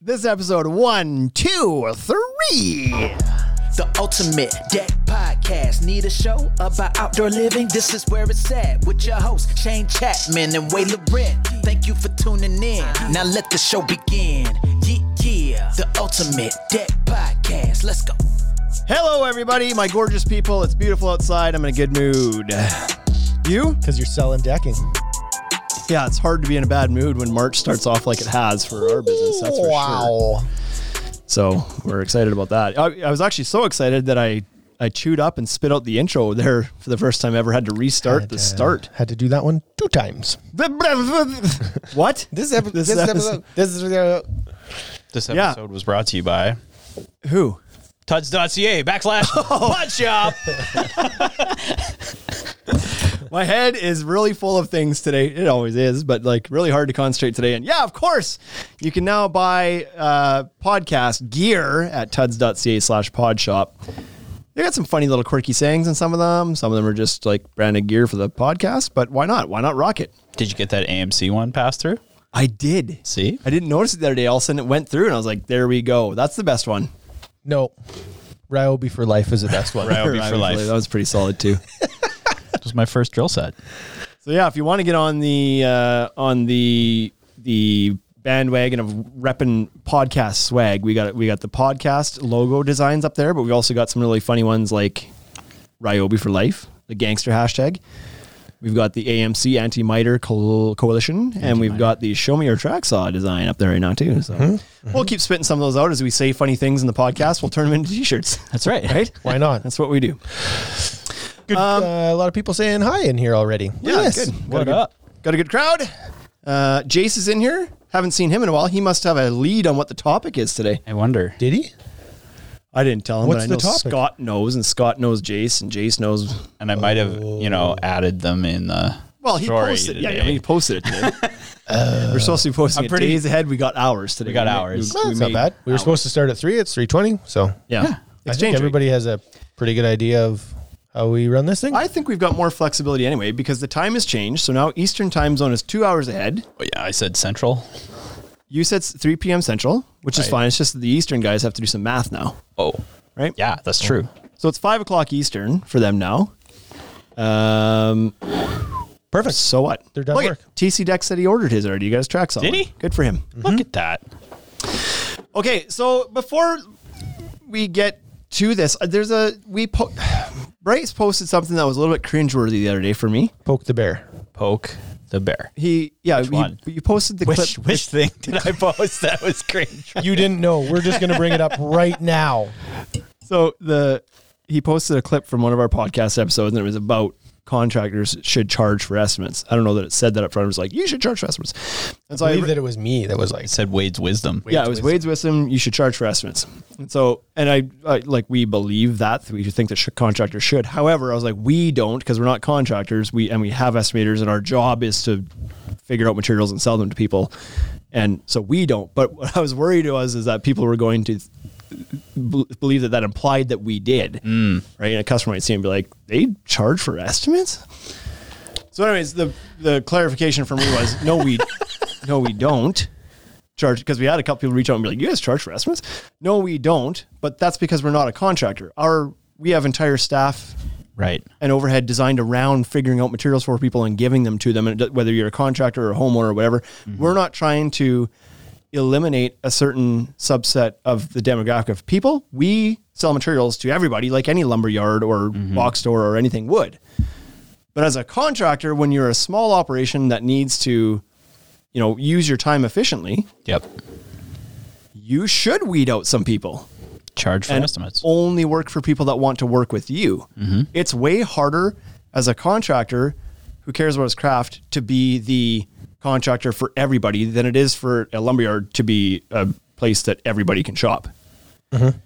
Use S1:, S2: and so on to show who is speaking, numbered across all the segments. S1: This episode one, two, three.
S2: The Ultimate Deck Podcast. Need a show about outdoor living? This is where it's at with your hosts, Shane Chapman and Way Loren. Thank you for tuning in. Now let the show begin. Yeah, yeah. The Ultimate Deck Podcast. Let's go.
S1: Hello, everybody, my gorgeous people. It's beautiful outside. I'm in a good mood. You?
S3: because you're selling decking.
S1: Yeah, it's hard to be in a bad mood when March starts off like it has for our business. That's for sure. So we're excited about that. I, I was actually so excited that I I chewed up and spit out the intro there for the first time ever. Had to restart the
S3: Uh,
S1: start.
S3: had to do that one two times.
S1: what?
S3: This, epi-
S1: This
S3: this,
S1: episode-
S3: episode, this is uh,
S4: This
S1: Yeah.
S4: episode was brought to you by
S1: Who?
S4: Tuds.ca backslash butt shop.
S1: My head is really full of things today. It always is, but like really hard to concentrate today. And yeah, of course, you can now buy uh, podcast gear at tuds.ca slash pod shop. They got some funny little quirky sayings in some of them. Some of them are just like branded gear for the podcast, but why not? Why not rock it?
S4: Did you get that AMC one passed through?
S1: I did.
S4: See?
S1: I didn't notice it the other day. All of a sudden it went through and I was like, there we go. That's the best one.
S3: no. Ryobi for life is the best one.
S4: Ryobi.
S1: That
S4: for life.
S1: was pretty solid too.
S4: It was my first drill set.
S1: So yeah, if you want to get on the uh, on the the bandwagon of reppin' podcast swag, we got we got the podcast logo designs up there, but we also got some really funny ones like Ryobi for life, the gangster hashtag. We've got the AMC Anti Miter Coal Coalition, and we've got the Show Me Your Track Saw design up there right now too. So we'll keep spitting some of those out as we say funny things in the podcast. We'll turn them into t-shirts.
S4: That's right.
S1: right?
S3: Why not?
S1: That's what we do.
S3: Uh, a lot of people saying hi in here already. Look at this.
S1: Um, good. Got a
S4: What
S1: good-
S4: up?
S1: Got a good crowd. Uh, Jace is in here. Haven't seen him in a while. He must have a lead on what the topic is today.
S4: I wonder.
S3: Did he?
S1: I didn't tell him.
S3: What's
S1: but I
S3: the
S1: know
S3: topic?
S1: Scott knows, and Scott knows Jace, and Jace knows.
S4: And I might have, you know, added them in the.
S1: Well, he
S4: story
S1: posted. Yeah,
S4: today.
S1: yeah, he posted it today. Uh, We're supposed to be posting
S4: I'm
S1: it
S4: pretty-
S1: days ahead. We got hours today.
S4: We got
S1: made-
S4: hours.
S1: we
S3: That's not
S1: made-
S3: bad. We were supposed to start at three. It's three twenty. So
S1: Yeah.
S3: I
S1: Exchange
S3: think
S1: rate.
S3: everybody has a pretty good idea of how we run this thing.
S1: I think we've got more flexibility anyway because the time has changed. So now Eastern time zone is two hours ahead.
S4: Oh, yeah, I said Central.
S1: You said it's 3 p.m. Central, which is
S4: Right.
S1: fine. It's just that the Eastern guys have to do some math now,
S4: Oh,
S1: right?
S4: yeah, that's true.
S1: So it's five o'clock Eastern for them now. Um,
S3: Perfect.
S1: so what?
S3: They're done
S1: Look at-
S3: work.
S1: TC Deck said he ordered his already. You got his tracks on.
S4: Did he?
S1: Good for him.
S4: Look at that.
S1: Okay, so before we get to this, uh, there's a we po- Bryce posted something that was a little bit cringeworthy the other day for me.
S3: Poke the bear.
S4: Poke the bear.
S1: He yeah, he,
S4: one?
S1: you posted the
S4: Which,
S1: clip.
S4: which thing did I post that was cringe?
S3: You didn't know. We're just gonna bring it up right now.
S1: So the he posted a clip from one of our podcast episodes, and it was about contractors should charge for estimates. I don't know that it said that up front. It was like you should charge for estimates. And so
S3: I
S1: I,
S3: believe that it was me that was like
S4: It said Wade's wisdom.
S1: yeah, it was Wade's wisdom. You should charge for estimates. And so, and I, I like we believe that we think that sh- contractors should. However, I was like, we don't because we're not contractors. We and we have estimators, and our job is to figure out materials and sell them to people. And so we don't. But what I was worried was is that people were going to b- believe that that implied that we did, right? And a customer might see and be like, they charge for estimates. So, anyways, the the clarification for me was no, we no, we don't charge because we had a couple people reach out and be like, "You guys charge for estimates?" No, we don't. But that's because we're not a contractor. Our we have entire staff
S4: Right.
S1: and overhead designed around figuring out materials for people and giving them to them. And it- whether you're a contractor or a homeowner or whatever, we're not trying to eliminate a certain subset of the demographic of people. We sell materials to everybody, like any lumber yard or box store or anything would. But as a contractor, when you're a small operation that needs to, you know, use your time efficiently,
S4: Yep.
S1: you should weed out some people
S4: Charge for
S1: and
S4: estimates.
S1: only work for people that want to work with you. It's way harder as a contractor who cares about his craft to be the contractor for everybody than it is for a lumberyard to be a place that everybody can shop.
S3: Mm-hmm.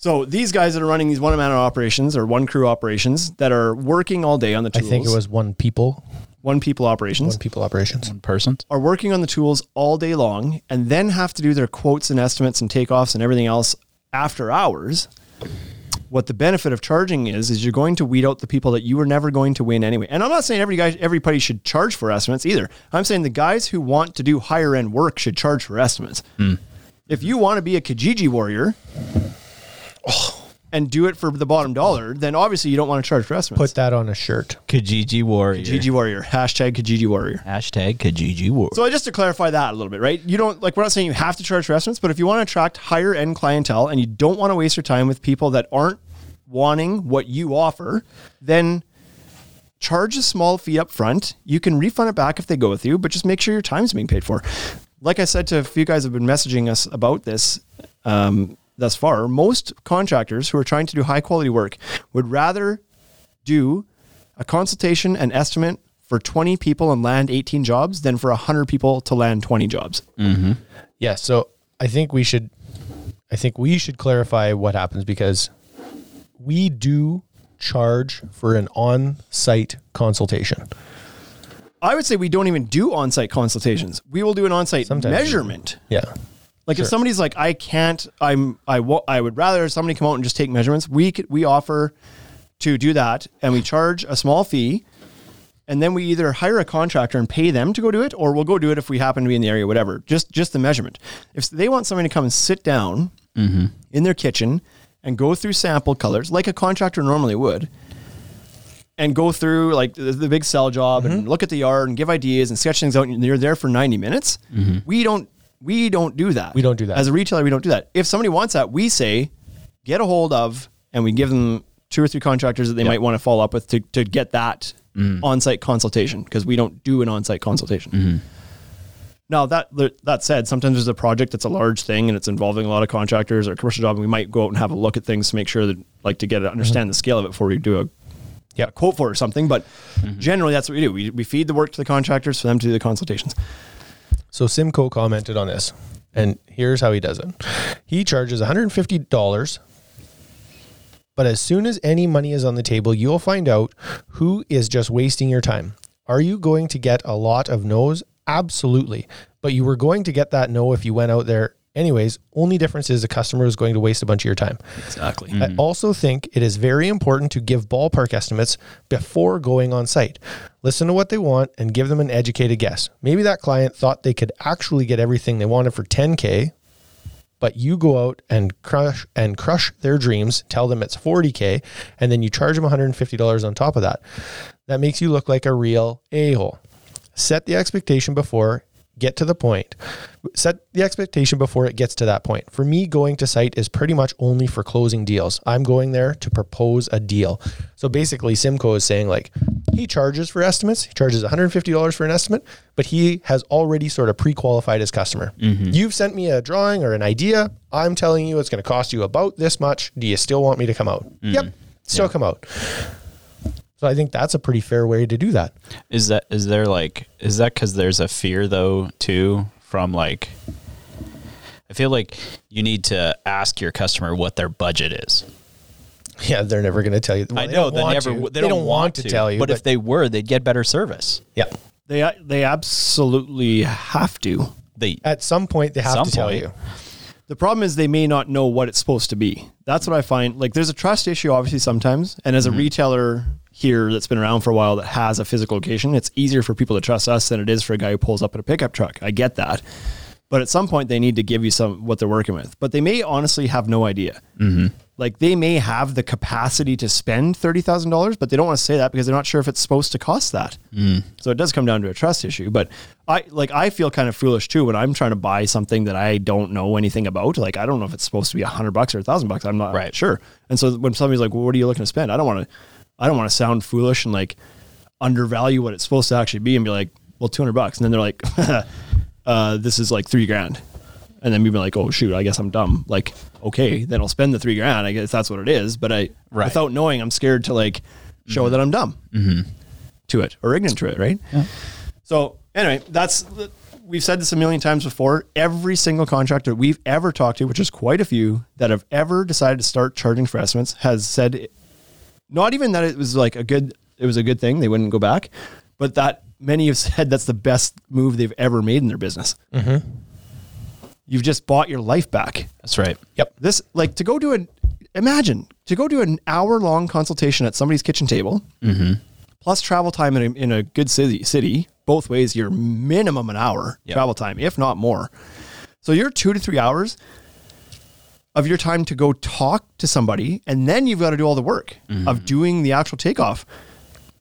S1: So these guys that are running these one man operations or one crew operations that are working all day on the
S3: I
S1: tools,
S3: think it was one people,
S1: one people operations,
S3: one people operations.
S4: Persons.
S1: are working on the tools all day long and then have to do their quotes and estimates and takeoffs and everything else after hours. What the benefit of charging is is you're going to weed out the people that you were never going to win anyway. And I'm not saying every guy everybody should charge for estimates either. I'm saying the guys who want to do higher end work should charge for estimates. If you want to be a Kijiji warrior and do it for the bottom dollar, then obviously you don't want to charge for estimates.
S3: Put that on a shirt.
S4: Kijiji Warrior.
S1: Kijiji warrior, hashtag Kijiji warrior.
S4: Hashtag Kijiji Warrior.
S1: So just to clarify that a little bit, right? You don't like we're not saying you have to charge for estimates, but if you want to attract higher end clientele and you don't want to waste your time with people that aren't wanting what you offer, then charge a small fee up front. You can refund it back if they go with you, but just make sure your time's being paid for. Like I said to a few guys who have been messaging us about this um, thus far, most contractors who are trying to do high quality work would rather do a consultation and estimate for 20 people and land 18 jobs than for 100 people to land 20 jobs.
S3: Yeah, so I think we should I think we should clarify what happens because we do charge for an on-site consultation.
S1: I would say we don't even do on site consultations. We will do an on site
S3: Sometimes.
S1: measurement.
S3: Yeah.
S1: Like if somebody's like, I can't, I'm, I, wa- I would rather somebody come out and just take measurements. We could, we offer to do that, and we charge a small fee, and then we either hire a contractor and pay them to go do it, or we'll go do it if we happen to be in the area, whatever. Just, just the measurement. If they want somebody to come and sit down in their kitchen and go through sample colors like a contractor normally would. And go through like the, the big cell job
S3: Mm-hmm.
S1: and look at the yard and give ideas and sketch things out. And you're there for 90 minutes. We don't we don't do that.
S3: Mm-hmm. We don't do that.
S1: as a retailer. We don't do that. If somebody wants that, we say get a hold of and we give them two or three contractors that they might want to follow up with to, to get that
S3: Mm.
S1: on-site consultation because we don't do an on-site consultation. Now that that said, sometimes there's a project that's a large thing and it's involving a lot of contractors or a commercial job, and we might go out and have a look at things to make sure that like to get to understand the scale of it before we do a
S3: Yeah.
S1: quote for it or something. But generally, that's what we do. We, we feed the work to the contractors for them to do the consultations.
S3: So Simcoe commented on this, and here's how he does it. He charges $150, but as soon as any money is on the table, you'll find out who is just wasting your time. Are you going to get a lot of no's? Absolutely. But you were going to get that no if you went out there anyways. Only difference is the customer is going to waste a bunch of your time.
S1: Exactly.
S3: I also think it is very important to give ballpark estimates before going on site. Listen to what they want and give them an educated guess. Maybe that client thought they could actually get everything they wanted for 10k, but you go out and crush and crush their dreams, tell them it's 40k, and then you charge them $150 on top of that. That makes you look like a real a-hole. Set the expectation before get to the point. Set the expectation before it gets to that point. For me, going to site is pretty much only for closing deals. I'm going there to propose a deal. So basically, Simco is saying like he charges for estimates. He charges $150 for an estimate, but he has already sort of pre-qualified his customer. You've sent me a drawing or an idea. I'm telling you it's going to cost you about this much. Do you still want me to come out? Yep, still come out. So I think that's a pretty fair way to do that.
S4: Is that is there like is that because there's a fear though too from like I feel like you need to ask your customer what their budget is.
S3: Yeah, they're never going to tell you. Well,
S4: I know
S3: don't
S4: they
S3: want
S4: never
S3: to.
S4: w- they, don't, want to,
S3: tell you.
S4: but, if they were, they'd get better service.
S3: yeah,
S1: They they absolutely have to.
S4: They
S3: at some point they have
S4: Some
S3: to tell
S4: point.
S3: you.
S1: The problem is they may not know what it's supposed to be. That's what I find. Like there's a trust issue obviously sometimes, and as a retailer here that's been around for a while that has a physical location, it's easier for people to trust us than it is for a guy who pulls up in a pickup truck. I get that. But at some point they need to give you some what they're working with. But they may honestly have no idea. Like they may have the capacity to spend $30,000, but they don't want to say that because they're not sure if it's supposed to cost that. So it does come down to a trust issue. But I like I feel kind of foolish too when I'm trying to buy something that I don't know anything about. Like I don't know if it's supposed to be a hundred bucks or a thousand bucks. I'm not
S4: Right.
S1: sure. And so when somebody's like, well, what are you looking to spend? I don't want to I don't want to sound foolish and like undervalue what it's supposed to actually be and be like, well, 200 bucks. And then they're like, uh, this is like three grand. And then we'd be like, oh, shoot, I guess I'm dumb. Like, okay, then I'll spend the three grand. I guess that's what it is. But I,
S4: Right. Mm-hmm.
S1: without knowing, I'm scared to like show that I'm dumb to it or ignorant to it. Right. So anyway, that's we've said this a million times before. Every single contractor we've ever talked to, which is quite a few that have ever decided to start charging for estimates, has said it- not even that it was like a good it was a good thing they wouldn't go back, but that many have said that's the best move they've ever made in their business. You've just bought your life back.
S4: that's right.
S3: Yep.
S1: This like to go to an imagine to go to an hour long consultation at somebody's kitchen table, plus travel time in a, in a good city. City both ways, you're minimum an hour
S4: Yep.
S1: travel time, if not more. So you're two to three hours of your time to go talk to somebody, and then you've got to do all the work of doing the actual takeoff.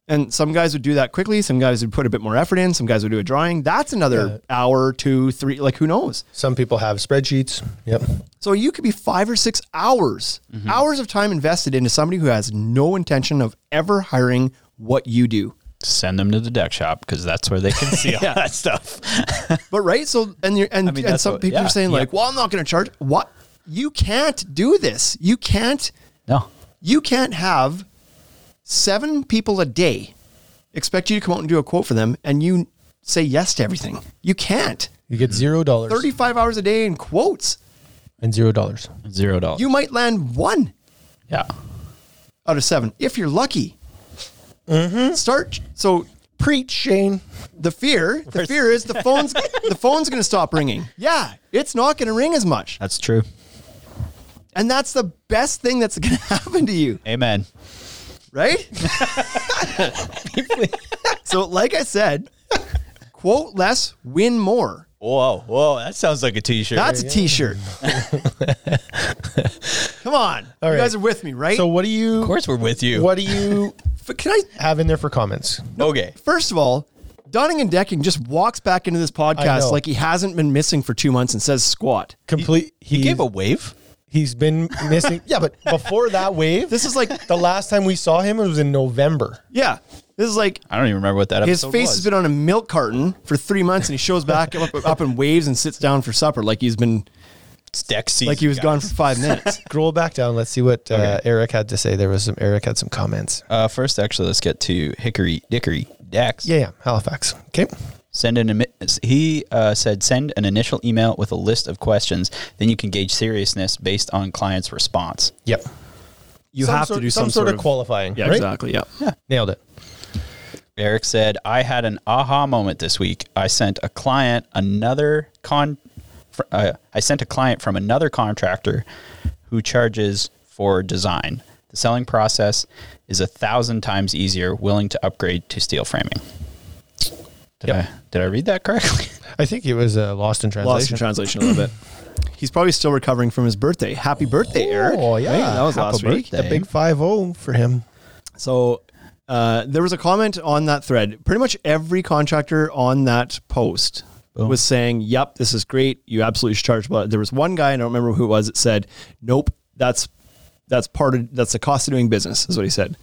S1: And some guys would do that quickly. Some guys would put a bit more effort in. Some guys would do a drawing. That's another hour, two, three. Like who knows?
S3: Some people have spreadsheets. Yep.
S1: So you could be five or six hours,
S4: Mm-hmm.
S1: hours of time invested into somebody who has no intention of ever hiring what you do.
S4: Send them to the deck shop because that's where they can see all that stuff.
S1: But right, so and you're and,
S4: mean,
S1: and
S4: that's
S1: some
S4: what-
S1: people
S4: yeah,
S1: are saying
S4: yeah.
S1: like, well, I'm not going to charge. What? You can't do this. You can't.
S4: No.
S1: You can't have seven people a day expect you to come out and do a quote for them, and you say yes to everything. You can't.
S3: You get zero dollars.
S1: Thirty-five hours a day in quotes.
S3: and zero dollars.
S4: Zero dollars.
S1: You might land one.
S4: yeah.
S1: out of seven if you're lucky.
S3: Mm-hmm.
S1: Start so
S3: Preach, Shane.
S1: the fear. The fear is the phone's the phone's going to stop ringing. Yeah, it's not going to ring as much,
S4: That's true.
S1: and that's the best thing that's going to happen to you,
S4: Amen.
S1: right? so, like I said, quote less, win more.
S4: Whoa, whoa, that sounds like a t-shirt.
S1: That's a T-shirt. Come on,
S3: All
S1: you
S3: right.
S1: guys are with me, right?
S3: So
S1: So,
S3: what do you?
S4: of course we're with you.
S3: What do you
S1: can I
S3: have in there for comments?
S4: Okay.
S1: First of all, Donning and Decking just walks back into this
S3: I know.
S1: podcast like he hasn't been missing for two months and says squat.
S3: Complete. He,
S4: Gave a wave.
S3: He's been missing. yeah, but before that wave,
S1: This is like,
S3: the last time we saw him was in November.
S1: yeah, this is like
S4: I don't even remember what that
S1: his
S4: episode
S1: face
S4: was.
S1: has been on a milk carton for three months and he shows back up, up in waves and sits down for supper like he's been
S4: It's deck season,
S1: like he was
S4: guys.
S1: gone for five minutes.
S3: Scroll back down. Let's see what uh, Eric had to say. There was some. Eric had some comments.
S4: Uh, first, actually, let's get to Hickory Dickory Dex.
S3: Yeah, yeah. Halifax. Okay.
S4: Send an emi- he uh, said send an initial email with a list of questions. Then you can gauge seriousness based on client's response.
S3: Yep.
S1: You
S3: Some
S1: have
S3: sort-
S1: to do
S3: some
S1: some,
S3: sort of qualifying,
S1: Yeah,
S3: right?
S1: exactly. Yeah.
S3: Nailed it.
S4: Eric said, "I had an aha moment this week. I sent a client another con. fr- Uh, I sent a client from another contractor who charges for design. The selling process is a thousand times easier. Willing to upgrade to steel framing. Did
S3: Yep.
S4: I did I read that correctly?
S3: I think it was uh, lost in translation.
S1: Lost in translation a little bit. He's probably still recovering from his birthday. Happy birthday, Eric.
S3: Oh yeah,
S1: Right? That was
S3: Happy
S1: last week.
S3: birthday. A big five zero for him.
S1: So uh, there was a comment on that thread. Pretty much every contractor on that post was saying, "Yep, this is great. You absolutely should charge." But there was one guy, and I don't remember who it was, that said, "Nope, that's that's part of that's the cost of doing business," is what he said.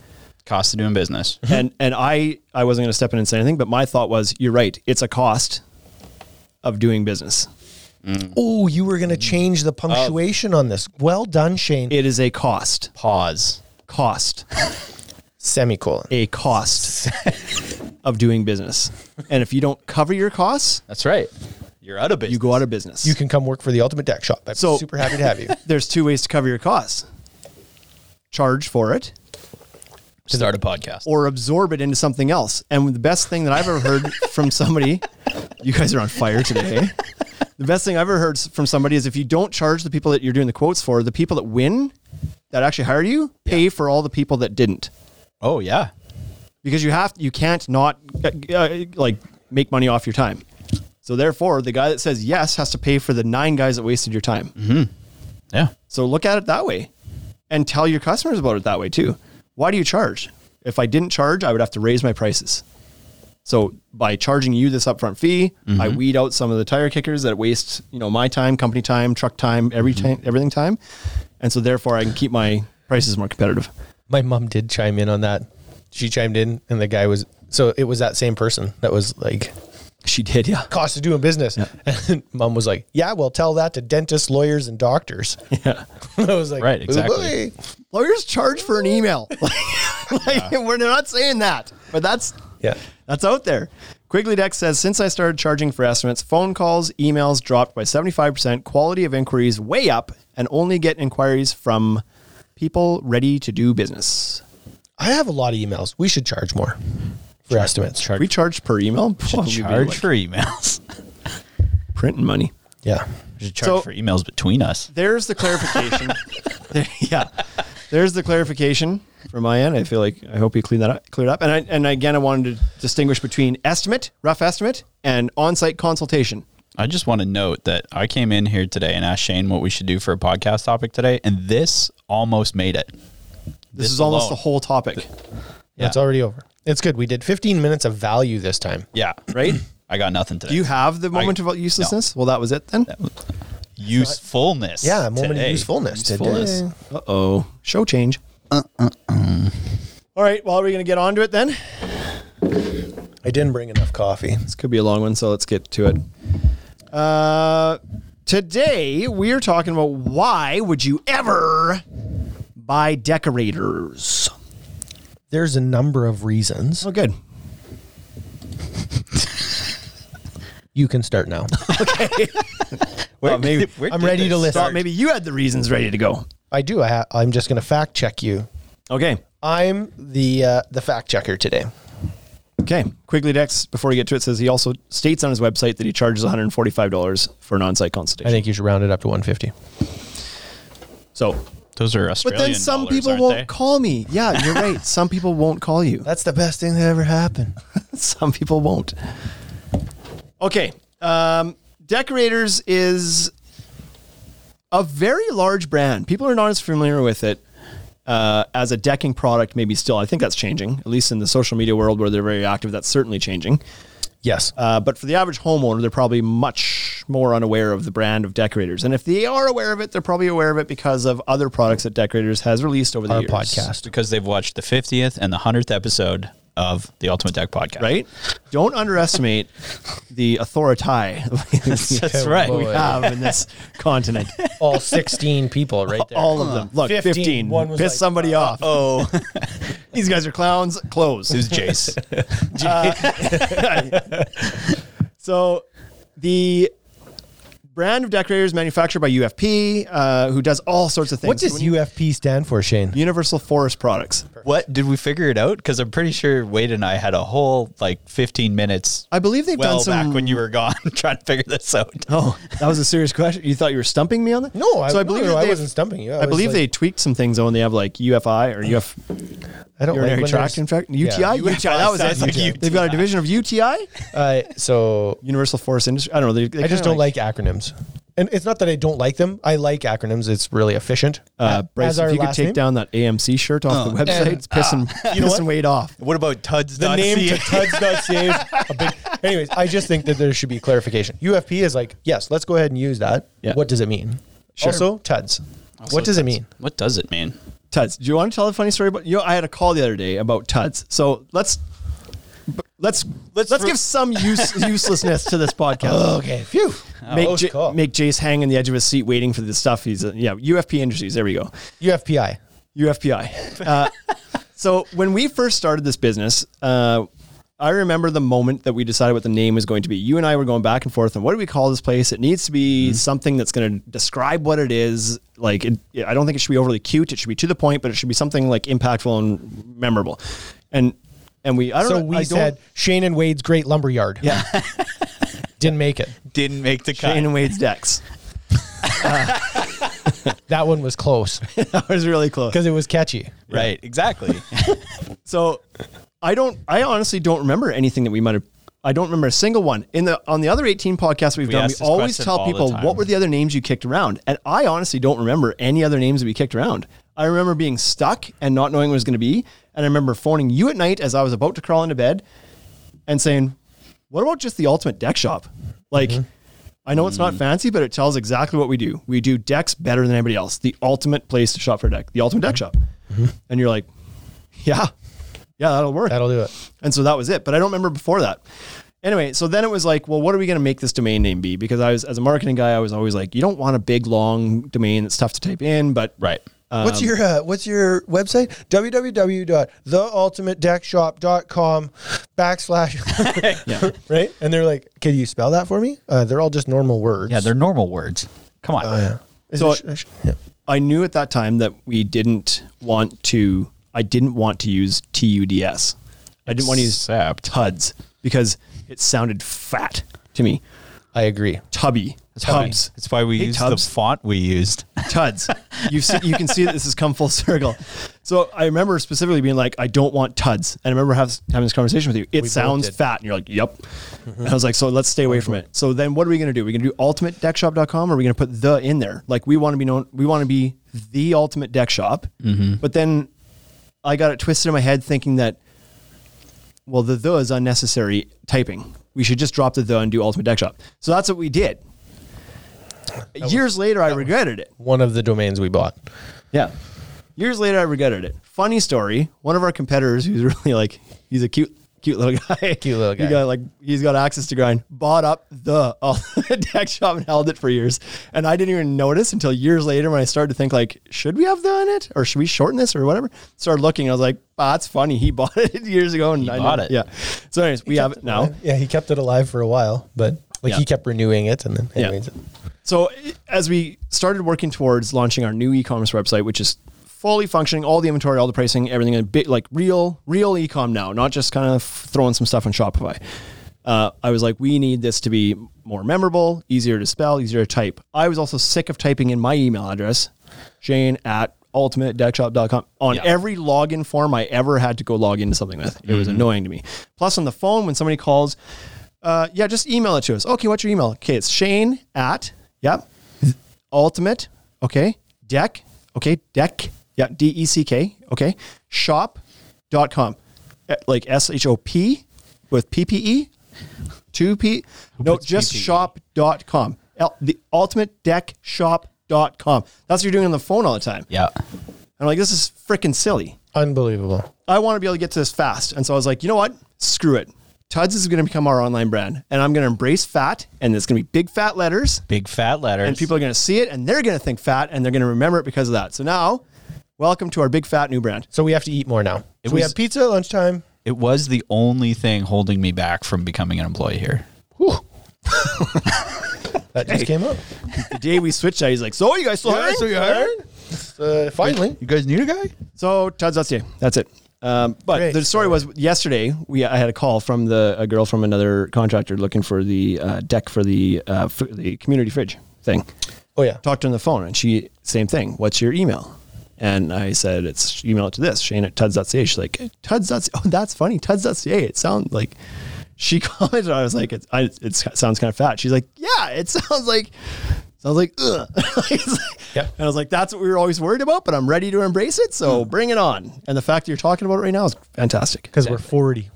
S4: Cost of doing business.
S1: and and I I wasn't going to step in and say anything, but my thought was, "You're right. It's a cost of doing business.
S3: Oh, you were going to change the punctuation on this. Well done, Shane.
S1: It is a cost.
S4: Pause.
S1: Cost."
S3: Semicolon.
S1: a cost of doing business. And if you don't cover your costs,
S4: That's right. You're out of business.
S1: you go out of business.
S3: You can come work for the Ultimate Deck Shop. I'm
S1: So-
S3: super happy to have you.
S1: There's two ways to cover your costs. Charge for it
S4: start a podcast.
S1: or absorb it into something else. And the best thing that I've ever heard from somebody, you guys are on fire today. eh? The best thing I've ever heard s- from somebody is if you don't charge the people that you're doing the quotes for, the people that win, that actually hire you, pay for all the people that didn't.
S4: oh yeah.
S1: because you have you can't not uh, uh, like make money off your time. So therefore, the guy that says yes has to pay for the nine guys that wasted your time.
S4: Yeah.
S1: So look at it that way, and tell your customers about it that way too. Why do you charge? If I didn't charge, I would have to raise my prices. So by charging you this upfront fee, I weed out some of the tire kickers that waste you know my time, company time, truck time, every time, everything time, and so therefore I can keep my prices more competitive.
S3: My mom did chime in on that. She chimed in, and the guy was so it was that same person that was like
S1: She did, yeah.
S3: cost of doing business. And mom was like, "Yeah, well, tell that to dentists, lawyers, and doctors."
S1: Yeah.
S3: I was like,
S4: Right, exactly.
S3: "Ooh, boy."
S1: lawyers charge for an email. like, We're not saying that, but that's
S3: Yeah,
S1: that's out there. Quigley Deck says since I started charging for estimates, phone calls, emails dropped by 75%, quality of inquiries way up, and only get inquiries from people ready to do business.
S3: I have a lot of emails. We should charge more for estimates.
S4: Charge,
S1: We charge per email. Well, we'd be
S4: charge
S1: like
S4: for emails.
S1: printing money.
S3: Yeah,
S4: We should charge
S1: So-
S4: for emails between us.
S1: There's the clarification. There- yeah, there's the clarification from my end. I feel like I hope you clean that up, cleared up. And I, and again, I wanted to distinguish between estimate, rough estimate, and on-site consultation.
S4: I just want to note that I came in here today and asked Shane what we should do for a podcast topic today, and this almost made it.
S1: This, is almost
S4: alone.
S1: the whole topic,
S3: Yeah. It's already over. It's good. We did 15 minutes of value this time.
S4: Yeah.
S1: right?
S4: I got nothing today.
S1: Do you have the moment of uselessness? Well, that was it then.
S4: usefulness.
S3: Yeah, a moment
S4: today.
S3: of usefulness today.
S4: Usefulness.
S1: Uh oh, show change. All right, well, are we going to get on to it then?
S3: I didn't bring enough coffee.
S1: This could be a long one, so let's get to it. Uh, today we are talking about why would you ever buy decorators?
S3: There's a number of reasons.
S1: Oh, good.
S3: You can start now.
S1: Well, maybe
S4: Where
S3: I'm
S4: did
S3: ready
S4: this
S3: to listen.
S4: start?
S1: thought maybe you had the reasons ready to go.
S3: I do. I ha- I'm just going to fact check you.
S1: Okay,
S3: I'm the uh, the fact checker today.
S1: okay. Quigley Dex, before we get to it, says he also states on his website that he charges $145 for an on-site consultation.
S3: I think you should round it up to 150.
S1: so.
S4: Those are
S1: But
S4: Australian
S1: then some
S4: dollars,
S1: people
S4: aren't
S1: won't
S4: they?
S1: call me. Yeah, you're right. Some people won't call you.
S3: That's the best thing that ever happened.
S1: some people won't. Okay. Um, Decorators is a very large brand. People are not as familiar with it uh, as a decking product, maybe still. I think that's changing, at least in the social media world where they're very active. That's certainly changing.
S3: Yes.
S1: Uh, but for the average homeowner, they're probably much more unaware of the brand of Decorators. And if they are aware of it, they're probably aware of it because of other products that Decorators has released over the
S3: Our
S1: years.
S3: podcast.
S4: Because they've watched the 50th and the 100th episode of the Ultimate Deck Podcast.
S1: Right? Don't underestimate the authority.
S4: That's right.
S1: we have in this continent.
S3: All 16 people right there.
S1: All of them. Look, 15.
S3: 15. One was
S1: Piss
S3: like, uh,
S1: somebody off. Oh. These guys are clowns. Close.
S4: Who's Jace?
S1: So the brand of decorators manufactured by UFP, uh, who does all sorts of things.
S3: what does
S1: When you-
S3: UFP stand for, Shane?
S1: Universal Forest Products.
S4: what did we figure it out? Because I'm pretty sure Wade and I had a whole like 15 minutes.
S1: I believe they've
S4: well
S1: done some.
S4: back when you were gone trying to figure this out.
S1: oh, that was a serious question. You thought you were stumping me on that?
S3: No, I-
S1: so I
S3: no,
S1: believe
S3: no,
S1: that
S3: I
S1: they've-
S3: wasn't stumping you. I
S1: I,
S3: was
S1: believe
S3: like-
S1: they tweaked some things though, and they have like UFI or UF.
S3: I don't
S1: urinary
S3: when
S1: tract
S3: there's-
S1: infection.
S3: Yeah.
S1: UTI? UTI. That was it.
S4: Sounds like
S1: They've got a division of UTI?
S3: Uh, so
S1: Universal Forest Industry. I don't know. They, they
S3: I just
S1: kinda
S3: don't like, acronyms. And it's not that I don't like them. I like acronyms. It's really efficient.
S1: Uh, Bryce,
S3: As our
S1: if you could
S3: last
S1: take
S3: name.
S1: down that AMC shirt off the website, it's pissing, pissing Wade off.
S4: What about Tuds?
S3: the name to tuds.save. a big, anyways, I just think that there should be clarification. UFP is like, yes, let's go ahead and use that.
S1: Yeah.
S3: What does it mean? Also, tuds. what does it mean?
S4: What does it mean?
S1: Tuds, do you want to tell a funny story about you? Know, I had a call the other day about Tuds. So let's b- let's let's, Oh,
S4: Let's
S1: let's
S4: re-
S1: give some use, useless to this podcast.
S3: Okay, phew.
S1: Make,
S3: Close
S1: J-
S3: call.
S1: make Jace hang on the edge of his seat waiting for the stuff he's, uh, yeah, UFP Industries. There we go.
S3: UFPI.
S1: UFPI. Uh, so when we first started this business, uh, I remember the moment that we decided what the name was going to be. You and I were going back and forth, and what do we call this place? It needs to be
S3: Mm-hmm.
S1: something that's going to describe what it is. Like, it, I don't think it should be overly cute. It should be to the point, but it should be something like impactful and memorable. And and we, I don't
S3: So
S1: know.
S3: we
S1: I don't-
S3: said Shane and Wade's Great Lumberyard.
S1: yeah,
S3: Didn't make it.
S4: Didn't make the cut.
S1: Shane and Wade's decks.
S3: That one was close
S1: That was really close.
S3: because it was catchy.
S4: Right, exactly.
S1: So I don't I honestly don't remember anything that we might have I don't remember a single one. In the on the other 18 podcasts we've done,
S4: ask
S1: we
S4: this
S1: always
S4: question
S1: tell
S4: all the
S1: people
S4: time.
S1: what were the other names you kicked around. And I honestly don't remember any other names that we kicked around. I remember being stuck and not knowing what it was going to be. And I remember phoning you at night as I was about to crawl into bed and saying, What about just the ultimate deck shop? Like
S4: Mm-hmm.
S1: I know it's not fancy, but it tells exactly what we do. We do decks better than anybody else. The ultimate place to shop for deck, the ultimate deck
S4: Mm-hmm.
S1: shop. And you're like, yeah, yeah, that'll work.
S3: That'll do it.
S1: and so that was it. But I don't remember before that. Anyway, so then it was like, well, what are we going to make this domain name be? Because I was, as a marketing guy, I was always like, you don't want a big, long domain that's tough to type in, but
S4: right.
S3: what's your uh, What's your website? www.theultimatedeckshop.com backslash.
S1: Yeah.
S3: right? And they're like, "Can you spell that for me?" Uh, they're all just normal words.
S4: Yeah, they're normal words. Come on.
S3: Oh, yeah. Is
S1: So-
S3: it sh- sh- yeah.
S1: I knew at that time that we didn't want to. I didn't want to use TUDS. I didn't want to use
S4: Except-
S1: TUDS because it sounded fat to me.
S3: I agree.
S1: Tubby, tubs.
S4: That's why we
S1: Hey,
S4: used
S1: tubs.
S4: the font we used.
S1: Tuds. You've seen, you can see that this has come full circle. So I remember specifically being like, I don't want tuds. And I remember have, having this conversation with you. It sounds
S3: did.
S1: fat. And you're like, yep. And I was like, so let's stay away from it. So then what are we going to do? We're going to do ultimatedeckshop.com or are we going to put the in there? Like we want to be known, we want to be the ultimate deck shop. But then I got it twisted in my head thinking that, well, the the is unnecessary typing. We should just drop the the and do ultimate deck shop. So that's what we did. Years later, I regretted it.
S3: One of the domains we bought.
S1: Yeah. Years later, I regretted it. Funny story. One of our competitors, who's really like, he's a cute, cute little guy.
S3: Cute little guy.
S1: He got like, he's got access to grind. Bought up the all deck shop and held it for years. And I didn't even notice until years later when I started to think like, should we have the in it or should we shorten this or whatever? Started looking. I was like, ah, that's funny. He bought it years ago and I
S4: bought
S1: didn't-
S4: it.
S1: Yeah. So, anyways, we have it now.
S3: Oh. Yeah, he kept it alive for a while, but like
S1: Yeah.
S3: he kept renewing it and then
S1: Yeah.
S3: anyways.
S1: So as we started working towards launching our new e-commerce website, which is fully functioning, all the inventory, all the pricing, everything, a bit like real, real e-com now, not just kind of throwing some stuff on Shopify. Uh, I was like, we need this to be more memorable, easier to spell, easier to type. I was also sick of typing in my email address, Shane at ultimatedeckshop.com on
S4: Yeah.
S1: every login form I ever had to go log into something with. It was annoying to me. Plus on the phone, when somebody calls, uh, yeah, just email it to us. Okay, what's your email? Okay, it's Shane at yep ultimate. Okay, deck. Okay, deck. Yeah, D E C K. Okay, shop.com. Eh, Like S H O P with P P E. Two P. No,
S4: puts
S1: just
S4: PPE?
S1: shop.com. El- The ultimate deck shop.com. That's what you're doing on the phone all the time.
S4: Yeah.
S1: I'm like, this is freaking silly.
S3: Unbelievable.
S1: I want to be able to get to this fast. And so I was like, you know what? Screw it. Tuds is going to become our online brand, and I'm going to embrace fat, and it's going to be big fat letters,
S4: Big fat letters.
S1: and people are going to see it, and they're going to think fat, and they're going to remember it because of that. So now, welcome to our big fat new brand.
S3: So we have to eat more now.
S4: It
S3: So we
S4: was-
S3: have pizza at lunchtime.
S4: It was the only thing holding me back from becoming an employee here.
S3: That just came up.
S1: The day we switched that, he's like, "So you guys still hiring?"
S3: you heard? Uh, finally.
S4: You guys need a guy?
S1: So Todd's that's it. That's it. Um, but
S3: Great.
S1: the story was yesterday. We I had a call from the a girl from another contractor looking for the uh, deck for the uh, fr- the community fridge thing.
S3: Oh yeah.
S1: Talked to her on the phone, and she same thing. What's your email? And I said, it's email it to this Shane at tuds.ca. She's like, tuds.ca. Oh, that's funny. Tuds.ca. It sounds like she commented. I was like, it's, I, it's, it sounds kind of fat. She's like, yeah, it sounds like, sounds like, ugh.
S3: Yep.
S1: And I was like, that's what we were always worried about, but I'm ready to embrace it. So bring it on. And the fact that you're talking about it right now is fantastic.
S3: Because we're 40.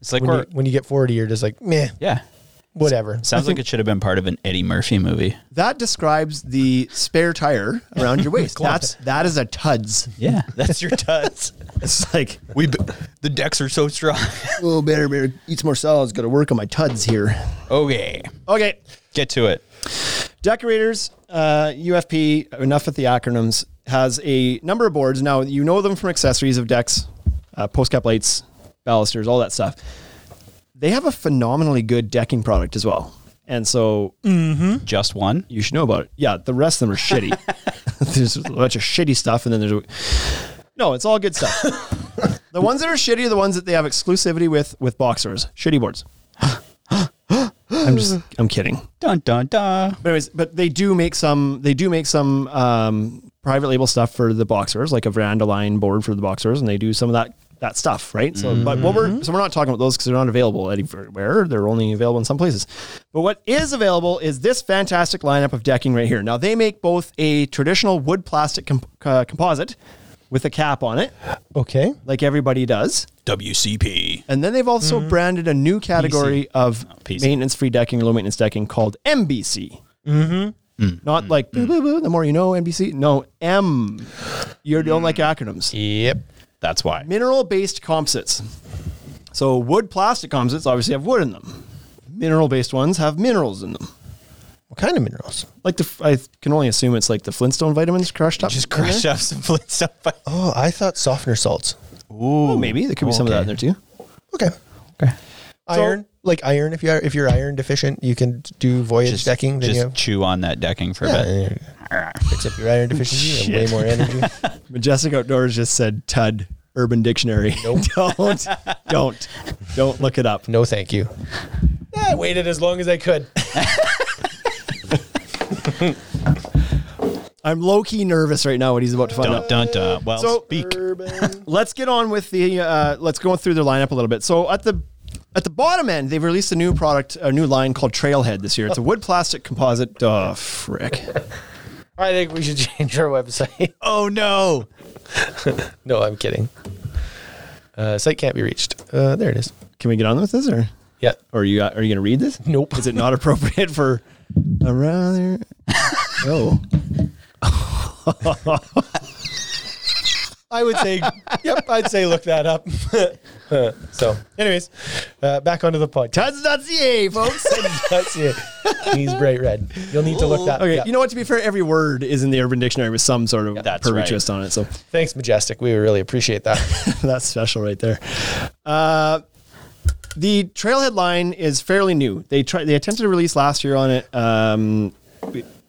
S4: It's like
S3: When
S4: we're,
S3: you, when you get 40, you're just like, meh,
S4: yeah.
S3: whatever.
S4: Sounds like it should have been part of an Eddie Murphy movie.
S1: That describes the spare tire around your waist. that's, that is a tuds.
S4: Yeah, that's your tuts.
S1: It's like,
S4: we b- the decks are so strong.
S1: oh, better, better eat some more salads. Got to work on my tuds here.
S4: okay,
S1: Okay.
S4: get to it.
S1: Decorators, uh, UFP, enough with the acronyms, has a number of boards. Now, you know them from accessories of decks, uh, post cap lights, balusters, all that stuff. They have a phenomenally good decking product as well. And so
S4: Just one.
S1: you should know about it. Yeah, the rest of them are shitty. there's a bunch of shitty stuff, and then there's a, no, it's all good stuff. the ones that are shitty are the ones that they have exclusivity with with boxers, shitty boards. I'm just I'm kidding.
S4: Dun dun dun.
S1: But anyways, but they do make some they do make some um, private label stuff for the boxers, like a veranda line board for the boxers, and they do some of that that stuff, right? So, but what we're so we're not talking about those because they're not available anywhere. They're only available in some places. But what is available is this fantastic lineup of decking right here. Now they make both a traditional wood plastic comp- uh, composite with a cap on it,
S3: Okay.
S1: like everybody does.
S4: WCP.
S1: And then they've also branded a new category of
S4: PC.
S1: maintenance free decking, low maintenance decking called MBC. Mm-hmm. Not like boo, boo, boo, the more you know, MBC. No, M. You don't like acronyms.
S3: Yep.
S4: That's why.
S1: Mineral based composites. So wood plastic composites obviously have wood in them. Mineral based ones have minerals in them.
S3: What kind of minerals?
S1: Like the, I can only assume it's like the Flintstone vitamins crushed up.
S4: Just crush up some Flintstone. Ooh,
S3: Oh, I thought softener salts.
S1: Oh, maybe there could be some of that in there too.
S3: Okay.
S4: Okay.
S3: Iron, like iron. If you are if you're iron deficient, you can do voyage
S4: Just,
S3: decking. Then
S4: just
S3: you have,
S4: chew on that decking for
S3: yeah,
S4: a bit.
S3: yeah, yeah. fix up your iron deficiency. You have way more energy.
S1: Majestic Outdoors just said Tud Urban Dictionary. don't, don't, don't look it up.
S3: No, thank you. I waited as long as I could.
S1: I'm low key nervous right now. What he's about to find
S4: Dun
S1: out.
S4: dun dun. Well,
S1: So-
S4: speak.
S1: let's get on with the uh, let's go through their lineup a little bit. So at the at the bottom end, they've released a new product, a new line called Trailhead this year. It's a wood plastic composite. Oh frick!
S3: I think we should change our website.
S4: Oh no.
S3: no, I'm kidding. Uh, site can't be reached. Uh, there it is.
S1: Can we get on with this or?
S3: Yeah.
S1: Or are you are you going to read this?
S3: Nope.
S1: Is it not appropriate for a rather? Oh.
S3: I would say, yep, I'd say look that up. so, anyways, uh, back onto the podcast.
S1: Tuds.ca, folks.
S3: That's it. He's bright red. You'll need to look that.
S1: Okay,
S3: yeah.
S1: you know what? To be fair, every word is in the Urban Dictionary with some sort of
S4: That's
S1: pervy
S4: right.
S1: twist on it. So
S3: Thanks, Majestic. We really appreciate that.
S1: That's special right there. Uh, the Trailhead line is fairly new. They tried. They attempted to release last year on it. Um,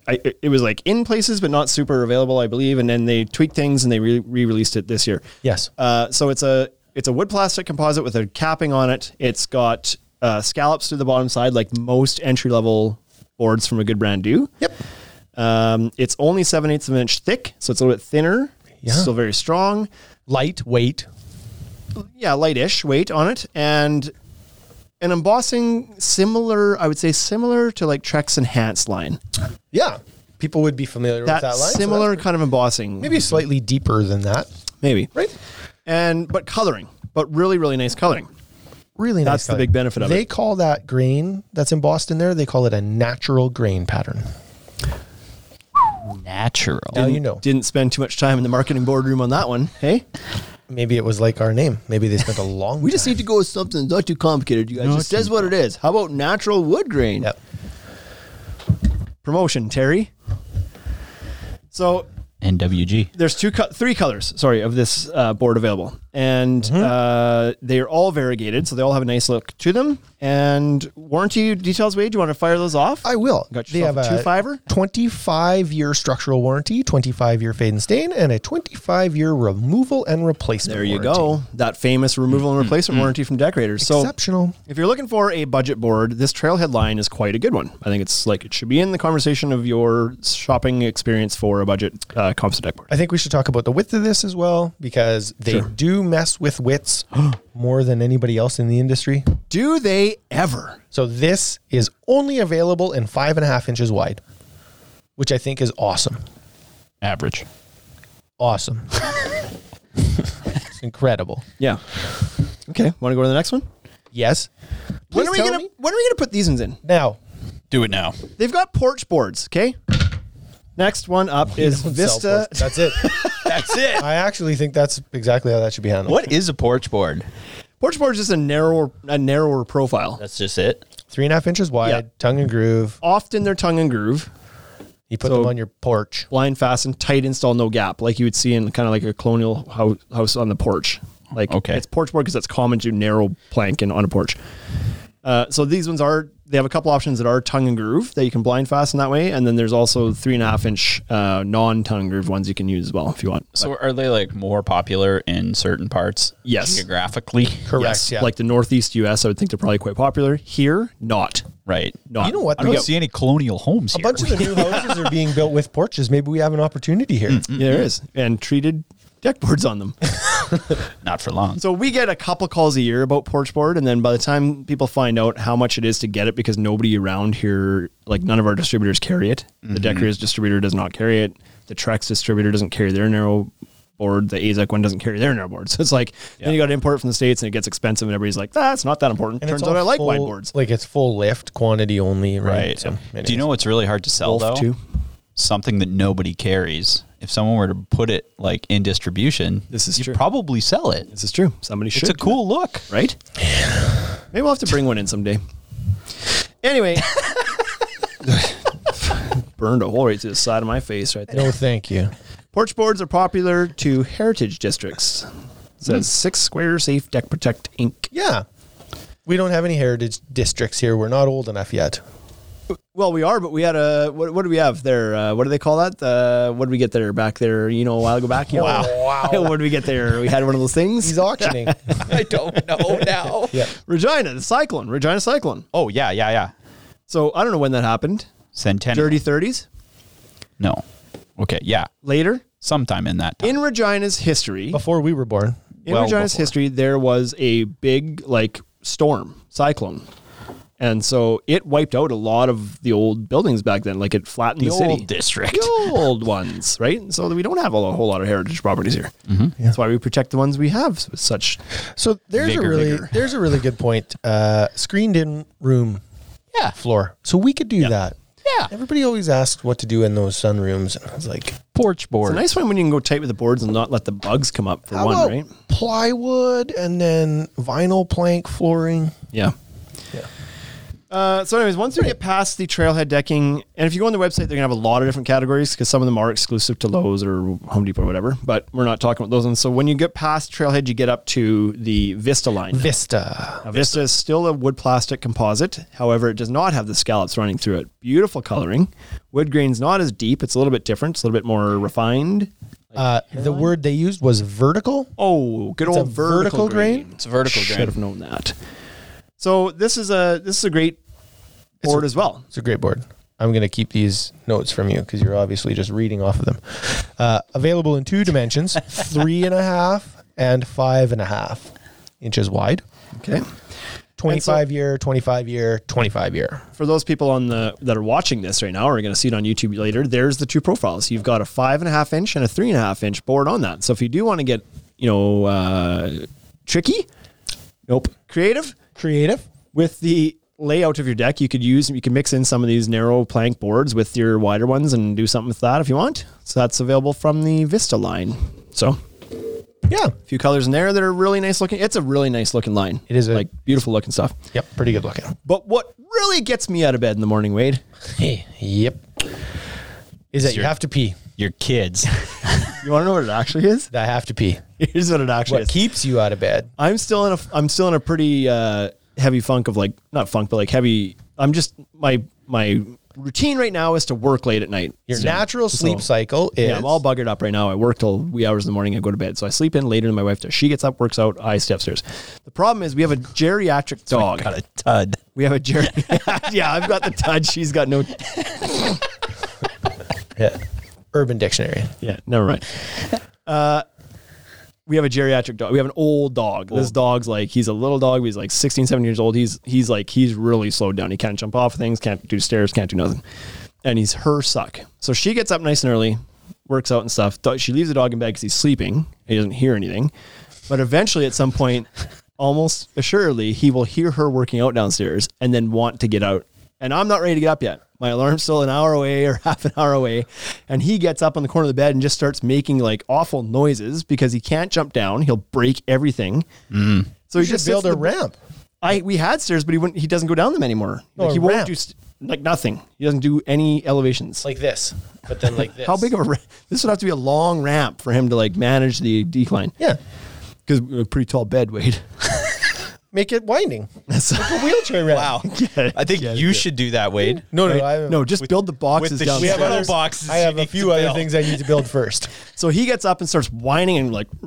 S1: I, it was like in places, but not super available, I believe. And then they tweaked things and they re- re-released it this year.
S3: Yes.
S1: Uh, so it's a it's a wood plastic composite with a capping on it. It's got uh, scallops to the bottom side, like most entry level boards from a good brand do.
S3: Yep.
S1: Um, it's only seven eighths of an inch thick, so it's a little bit thinner.
S3: Yeah.
S1: Still very strong
S3: Lightweight.
S1: yeah, lightish weight on it, and an embossing similar, I would say, similar to like Trex Enhance line.
S3: Yeah. People would be familiar
S1: That,
S3: with that line. so
S1: similar Mm-hmm.
S3: that's-
S1: kind of embossing,
S3: maybe slightly deeper than that.
S1: maybe
S3: Right.
S1: and but coloring, but really, really nice coloring.
S3: Really nice.
S1: That's the
S3: color.
S1: big benefit of
S3: they
S1: it.
S3: call that grain that's embossed in there, they call it a natural grain pattern.
S4: er, Natural.
S3: Now you know.
S1: Didn't spend too much time in the marketing boardroom on that one. Hey,
S3: Maybe it was like our name. Maybe they spent a long
S1: we just need to go with something not too complicated. You guys just says what it is. How about natural wood grain?
S3: Yep.
S1: Promotion, Terry. So
S4: NWG.
S1: there's two co- three colors sorry of this uh, board available and uh, they're all variegated so they all have a nice look to them and warranty details wade do you want to fire those off
S3: I will.
S1: Got yourself a two fiver?
S3: 25 year structural warranty, 25 year fade and stain, and a 25 year removal and replacement.
S1: there you
S3: warranty.
S1: go that famous removal and replacement warranty from decorators so
S3: Exceptional.
S1: if you're looking for a budget board this trailhead line is quite a good one i think it's like it should be in the conversation of your shopping experience for a budget uh, composite deck board
S3: I think we should talk about the width of this as well because they do mess with widths more than anybody else in the industry.
S1: do they ever
S3: So this is only available in five and a half inches wide, which I think is awesome.
S4: Average.
S3: Awesome. it's incredible.
S1: yeah okay want to go to the next one
S3: Yes.
S1: when
S3: Please
S1: are we
S3: tell
S1: gonna
S3: me.
S1: when are we gonna put these ones in
S3: Now,
S4: Do it now.
S1: They've got porch boards, okay? Next one up is
S3: don't sell
S1: Vista.
S3: porch- That's it.
S4: That's it.
S3: I actually think that's exactly how that should be handled.
S4: what is a porch board?
S1: Porch board is just a narrower, a narrower profile.
S4: That's just it.
S3: Three and a half inches wide,
S1: Yeah.
S3: tongue and groove.
S1: Often they're tongue and groove,
S3: You put
S1: So-
S3: them on your porch.
S1: blind fastened, tight install, no gap, like you would see in kind of like a colonial house, house on the porch. Like
S4: Okay.
S1: it's porch board because that's common to narrow plank and on a porch. Uh, so these ones are they have a couple options that are tongue and groove that you can blind fasten that way, and then there's also three and a half inch uh, non tongue groove ones you can use as well if you want.
S4: So are they like more popular in certain parts?
S1: Yes.
S4: Geographically.
S3: Correct.
S1: Yes,
S3: yeah.
S1: like the Northeast U.S., I would think they're probably quite popular. Here, not.
S4: Right.
S1: Not.
S3: You know what,
S1: I
S4: I don't
S1: mean,
S4: see any colonial homes
S3: a bunch of the new houses are being built with porches. Maybe we have an opportunity here.
S1: yeah, there is, and treated deck boards on them.
S4: Not for long.
S1: so we get a couple calls a year about porch board, and then by the time people find out how much it is to get it, because nobody around here, like none of our distributors carry it. The Decorators distributor does not carry it. The Trex distributor doesn't carry their narrow board. The Azek one doesn't carry their narrow board. So it's like then you got to import it from the states, and it gets expensive, and everybody's like, "That's not that important."
S3: And it's
S1: Turns out
S3: all
S1: I like
S3: full-
S1: wide boards.
S3: Like it's full lift quantity only, right?
S4: right.
S3: So, anyways.
S4: Do you know what's really hard to sell
S1: Wolf
S4: though?
S1: too.
S4: Something that nobody carries. If someone were to put it like in distribution,
S1: This is
S4: you
S1: true.
S4: probably sell it.
S1: This is true. Somebody should.
S4: It's a
S1: do it.
S4: cool look.
S1: right? Maybe we'll have to bring one in someday. Anyway, burned a hole right through the side of my face right there.
S3: No, thank you.
S1: Porch boards are popular to heritage districts.
S3: Hmm.
S1: Says six square safe deck protect ink.
S3: Yeah. We don't have any heritage districts here. We're not old enough yet.
S1: Well, we are, but we had a what? What do we have there? Uh, what do they call that? Uh, what did we get there back there? You know, a while ago back. You know?
S3: Wow. Wow.
S1: what did we get there? We had one of those things.
S3: He's auctioning.
S4: I don't know now.
S3: yeah.
S1: Regina, the cyclone. Regina cyclone.
S4: Oh yeah, yeah, yeah.
S1: So I don't know when that happened.
S4: Centennial.
S1: Dirty thirties.
S4: No. Okay, yeah,
S1: Later,
S4: sometime in that time.
S1: in Regina's history,
S3: Before we were born,
S1: in
S4: well
S1: Regina's
S4: before.
S1: history, there was a big like storm, cyclone. And so it wiped out a lot of the old buildings back then. Like it flattened the,
S4: The
S1: city.
S4: old district.
S1: The old ones, right? So we don't have a lo- whole lot of heritage properties here.
S4: Mm-hmm.
S1: That's why we protect the ones we have with such.
S3: So there's a
S1: Vigor,
S3: really
S1: vigor.
S3: there's a really good point. Uh, screened in room, yeah, floor. So we could do that.
S4: Yeah.
S3: Everybody always asks what to do in those sunrooms, and I was like,
S4: porch board.
S1: It's a nice one when you can go tight with the boards and not let the bugs come up for
S3: how
S1: one,
S3: about
S1: right?
S3: plywood and then vinyl plank flooring.
S1: Yeah. Uh, so, anyways, once we get past the trailhead decking, and if you go on the website, they're gonna have a lot of different categories because some of them are exclusive to Lowe's or Home Depot or whatever. But we're not talking about those ones. So, when you get past trailhead, you get up to the Vista line.
S3: Vista.
S1: Now, Vista is still a wood plastic composite. However, it does not have the scallops running through it. Beautiful coloring. Wood grain's not as deep. It's a little bit different. It's a little bit more refined.
S3: Uh, the word they used was vertical.
S1: Oh, good
S3: It's
S1: old
S3: a
S1: vertical,
S3: vertical grain?
S1: grain.
S4: It's a vertical
S1: Should
S4: grain.
S1: have known that. So this is a this is a great board as well.
S3: It's a great board. I'm going to keep these notes from you because you're obviously just reading off of them. Uh, available in two dimensions, three and a half and five and a half inches wide.
S1: Okay.
S3: 25 year, 25 year, 25 year.
S1: For those people on the that are watching this right now or are going to see it on YouTube later, there's the two profiles. You've got a five and a half inch and a three and a half inch board on that. So if you do want to get you know uh, tricky, nope, creative
S3: Creative.
S1: with the layout of your deck, you could use you can mix in some of these narrow plank boards with your wider ones and do something with that if you want. So that's available from the Vista line. So
S3: Yeah.
S1: few colors in there that are really nice looking. It's a really nice looking line.
S3: It is a-
S1: like beautiful looking stuff.
S3: Yep. Pretty good looking.
S1: But what really gets me out of bed in the morning, Wade,
S3: Yep. Is that you
S4: your-
S3: have to pee.
S4: Your kids.
S1: you want to know what it actually is?
S3: That have to pee.
S1: Here's what it actually
S3: What
S1: is.
S3: keeps you out of bed?
S1: I'm still in a I'm still in a pretty uh, heavy funk of like not funk, but like heavy. I'm just my my routine right now is to work late at night.
S3: Your natural sleep cycle is
S1: Yeah, I'm all buggered up right now. I work till wee hours in the morning. I go to bed, so I sleep in later than my wife does. She gets up, works out. I stay upstairs. The problem is we have a geriatric dog.
S4: Oh, Got a tud.
S1: We have a Jerry. yeah, I've got the touch. She's got no.
S3: Yeah. Urban Dictionary.
S1: Yeah, never mind. Uh, we have a geriatric dog. We have an old dog. This dog's like he's a little dog. but He's like 16, 17 years old. He's he's like he's really slowed down. He can't jump off things. Can't do stairs. Can't do nothing. And he's her suck. So she gets up nice and early, works out and stuff. Do- She leaves the dog in bed because he's sleeping. He doesn't hear anything. But eventually, at some point, almost assuredly, he will hear her working out downstairs and then want to get out. And I'm not ready to get up yet. My alarm's still an hour away or half an hour away. And he gets up on the corner of the bed and just starts making like awful noises because he can't jump down. He'll break everything.
S4: Mm.
S1: So he
S3: You should
S1: just
S3: build a
S1: ramp.
S3: ramp.
S1: I we had stairs, but he wouldn't. He doesn't go down them anymore.
S3: No,
S1: like
S3: Oh, a
S1: he won't
S3: ramp.
S1: do st- like nothing. He doesn't do any elevations.
S3: Like this. But then like this.
S1: how big of a ra- this would have to be a long ramp for him to like manage the decline
S3: Yeah.
S1: because a pretty tall bed, Wade.
S3: Make it winding.
S1: So-
S3: Wheelchair ramp.
S4: Wow.
S1: Yeah,
S4: I think
S1: yeah,
S4: you
S1: yeah.
S4: should do that, Wade.
S3: No, no, I,
S1: no, just build the boxes
S4: with the-
S1: down.
S4: we have
S1: there.
S4: other
S3: others-
S4: boxes
S3: I
S4: you
S3: have a
S4: need
S3: few
S4: to
S3: other
S4: build.
S3: things I need to build first.
S1: So he gets up and starts whining and like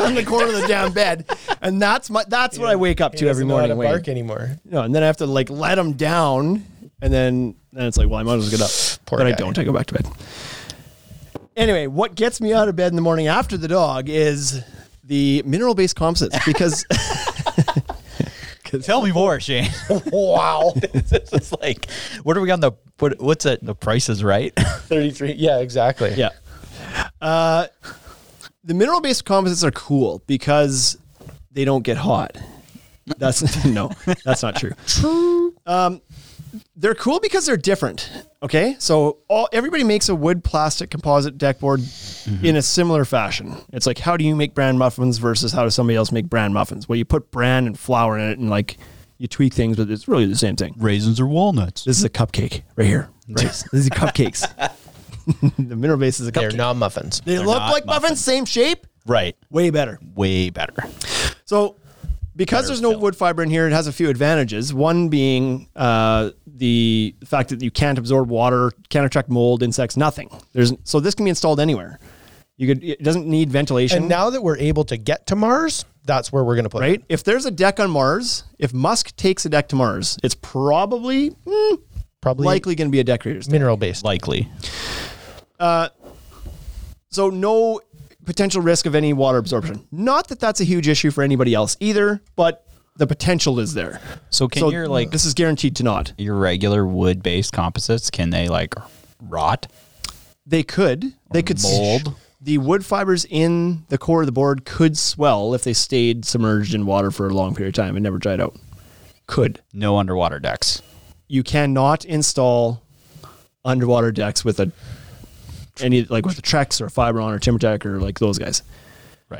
S1: on the corner of the damn bed, and that's my that's what I wake up
S3: He
S1: to every
S3: doesn't know how
S1: morning.
S3: to bark
S1: Wade.
S3: anymore.
S1: No, and then I have to like let him down, and then then it's like, well, I might as well get up.
S3: Poor
S1: but I
S3: guy.
S1: don't. I go back to bed. Anyway, what gets me out of bed in the morning after the dog is the mineral based composites because
S4: Tell me more, Shane.
S3: Wow.
S4: it's just like, what are we on the what? What's that? The Price is Right.
S3: 33. Yeah, exactly.
S1: Yeah. Uh, the mineral based composites are cool because they don't get hot. That's no, that's not true. True. Um, they're cool because they're different. Okay, so all everybody makes a wood plastic composite deck board in a similar fashion. It's like how do you make bran muffins versus how does somebody else make bran muffins? Well, you put bran and flour in it and like you tweak things, but it's really the same thing.
S4: Raisins or walnuts?
S1: This is a cupcake right here. This is cupcakes. the mineral base is a cupcake.
S3: They're not muffins.
S1: They look
S4: not
S1: like muffins, same shape,
S4: Right.
S1: way better.
S4: Way better.
S1: So, because there's no
S4: film.
S1: wood fiber in here, it has a few advantages. One being uh, the fact that you can't absorb water, can't attract mold, insects, nothing. There's so this can be installed anywhere. You could it doesn't need ventilation.
S3: And now that we're able to get to Mars, that's where we're going to play.
S1: right? If there's a deck on Mars, if Musk takes a deck to Mars, it's probably mm,
S3: Probably
S1: likely going to be a decorator's. deck.
S3: mineral based.
S4: Likely.
S1: So no potential risk of any water absorption. Not that that's a huge issue for anybody else either, but the potential is there.
S4: So can your like
S1: this is guaranteed to not.
S4: your regular wood based composites can they like rot?
S1: They could they could s-
S4: mold.
S1: the wood fibers in the core of the board could swell if they stayed submerged in water for a long period of time and never dried out. Could.
S4: No underwater decks.
S1: You cannot install underwater decks with a any like with a Trex or a Fibron or TimberTech or like those guys.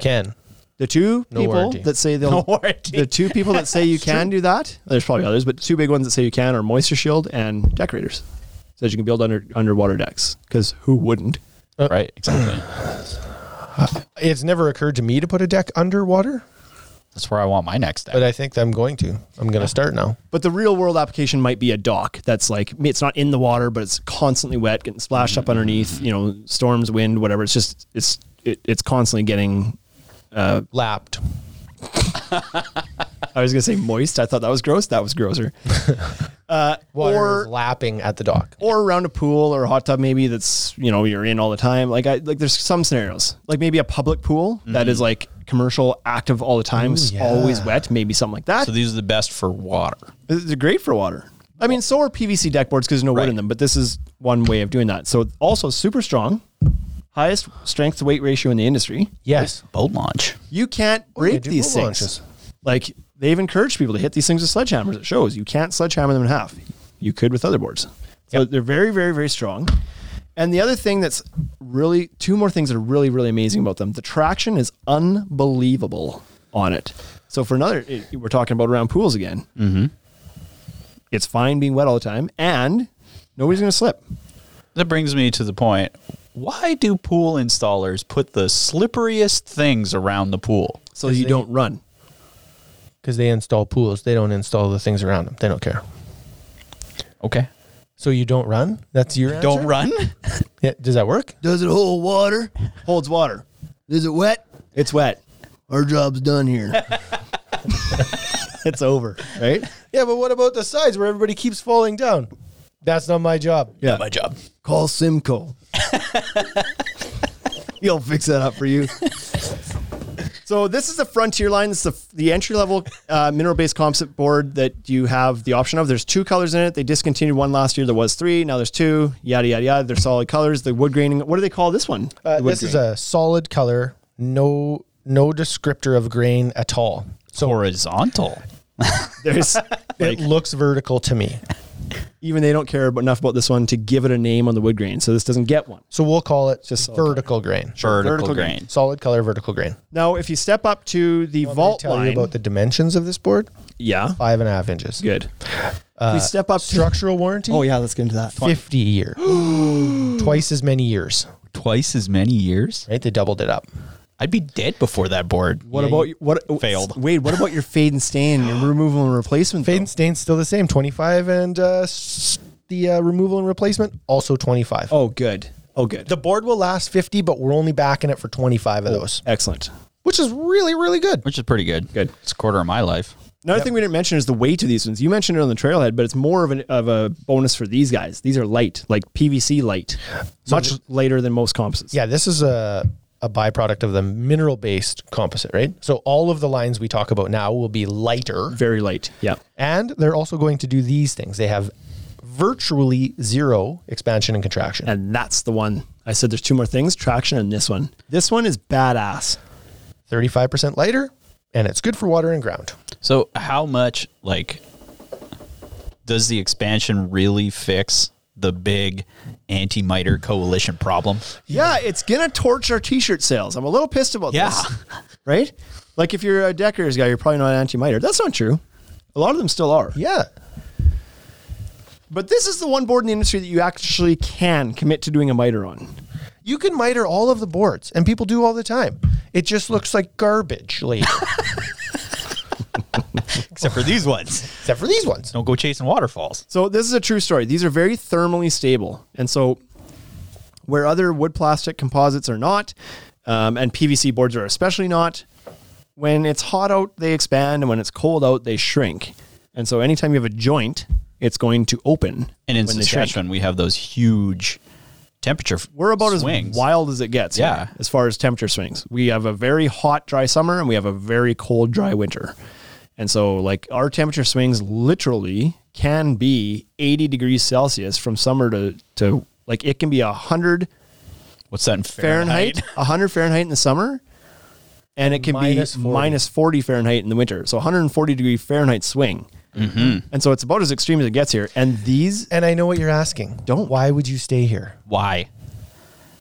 S3: Can.
S1: The two
S3: No
S1: people
S3: warranty.
S1: that say they'll
S4: warranty.
S1: the two people that say you can do that. There's probably others, but two big ones that say you can are Moisture Shield and Decorators. Says you can build under underwater decks because who wouldn't?
S4: right, exactly.
S3: It's never occurred to me to put a deck underwater,
S4: That's where I want my next deck.
S3: but I think I'm going to. I'm going to start now.
S1: But the real world application might be a dock that's like it's not in the water, but it's constantly wet, getting splashed up underneath. You know, storms, wind, whatever. It's just it's it, it's constantly getting.
S3: Lapped.
S1: I was gonna say moist. I thought that was gross. That was grosser.
S3: Water
S1: Or-
S3: is lapping at the dock.
S1: or around a pool or a hot tub maybe that's you know you're in all the time like i like there's some scenarios like maybe a public pool that is like commercial active all the time s- always wet maybe something like that
S4: so these are the best for water.
S1: they're great for water i mean so are pvc deck boards because there's no wood in
S4: Right.
S1: them but this is one way of doing that so also super strong highest strength to weight ratio in the industry
S3: Yes.
S4: Boat launch.
S1: you can't
S3: yeah,
S1: break
S3: do
S1: these
S3: boat
S1: things
S3: launches.
S1: like they've encouraged people to hit these things with sledgehammers it shows you can't sledgehammer them in half you could with other boards so they're very very very strong and the other thing that's really two more things that are really really amazing about them the traction is unbelievable on it so for another it- we're talking about around pools again mm-hmm. it's fine being wet all the time and nobody's going to slip
S4: That brings me to the point. Why do pool installers put the slipperiest things around the pool?
S1: so you don't run
S3: Because they install pools. They don't install the things around them. They don't care.
S4: Okay.
S3: So you don't run? That's your answer?
S4: Don't run.
S3: Yeah, does that work?
S1: does it hold water holds water is it wet it's wet our job's done here it's over right
S3: Yeah, but what about the sides where everybody keeps falling down? That's not my job.
S1: Yeah.
S4: My job.
S1: Call Simco. He'll fix that up for you. So this is the frontier line. This is the, the entry level uh, mineral based composite board that you have the option of. There's two colors in it. They discontinued one last year. There was three. Now there's two. Yada yada yada. They're solid colors. The wood graining. What do they call this one?
S3: Uh,
S1: The wood
S3: this is
S1: grain.
S3: a solid color, no no descriptor of grain at all. So
S4: Horizontal.
S1: There's
S3: it looks vertical to me.
S1: even they don't care about- enough about this one to give it a name on the wood grain. So this doesn't get one.
S3: So we'll call it just
S1: solid
S3: vertical grain.
S4: Vertical,
S1: vertical
S4: grain.
S3: Solid color vertical grain.
S1: Now if you step up to the
S3: Want me to
S1: vault
S3: tell
S1: line,
S3: you about the dimensions of this board?
S1: yeah,
S3: Five Uh, and a half inches.
S1: good. if you step up to
S3: Structural warranty?
S1: Oh yeah, let's get into that.
S3: 50 year. Twice as many years,
S4: Twice as many years.
S3: right? They doubled it up.
S4: I'd be dead before that board.
S1: What about you, what
S4: failed.
S1: Wade, what about your fade and stain, your removal and replacement?
S3: Fade
S1: though?
S3: and stain's still the same, 25 and uh, s- the uh, removal and replacement also 25.
S1: Oh, good. Oh, good.
S3: The board will last 50, but we're only backing it for 25
S1: Oh.
S3: of those,
S1: Excellent.
S3: which is really really good.
S4: Which is pretty good.
S1: Good.
S4: It's a quarter of my life.
S1: Another thing we didn't mention is the weight of these ones. You mentioned it on the trailhead, but it's more of, an, of a bonus for these guys. These are light, like PVC light, much later than most composites.
S3: Yeah, this is a a byproduct of the mineral based composite, right? So all of the lines we talk about now will be lighter,
S1: very light. Yeah,
S3: and they're also going to do these things. They have virtually zero expansion and contraction.
S1: and that's the one I said. There's two more things: traction and this one. This one is badass.
S3: 35% lighter, and it's good for water and ground.
S4: So how much like does the expansion really fix the big anti-miter coalition problem?
S1: Yeah, it's gonna torch our T-shirt sales. I'm a little pissed about
S4: Yeah.
S1: this. right? Like if you're a Deckers guy, you're probably not anti-miter. That's not true. A lot of them still are.
S3: Yeah.
S1: But this is the one board in the industry that you actually can commit to doing a miter on.
S3: You can miter all of the boards, and people do all the time. It just looks like garbage later,
S4: Except for these ones.
S3: except for these ones.
S4: Don't go chasing waterfalls.
S1: So this is a true story. These are very thermally stable, and so where other wood plastic composites are not, um, and PVC boards are especially not. When it's hot out, they expand, and when it's cold out, they shrink. And so anytime you have a joint, it's going to open.
S4: And in
S1: when they shrink.
S4: Saskatchewan, we have those huge temperature.
S1: We're about
S4: swings.
S1: as wild as it gets. here,
S4: Yeah.
S1: as far as temperature swings, we have a very hot, dry summer and we have a very cold, dry winter. And so, like, our temperature swings literally can be 80 degrees Celsius from summer to, to like, it can be 100
S4: What's that in Fahrenheit?
S1: Fahrenheit, 100 Fahrenheit in the summer, and it can
S3: Minus
S1: be
S3: 40.
S1: minus 40 Fahrenheit in the winter. So 140 degree Fahrenheit swing.
S4: Mm-hmm.
S1: And so it's about as extreme as it gets here. And these,
S3: And I know what you're asking.
S1: Don't.
S3: Why would you stay here?
S4: Why?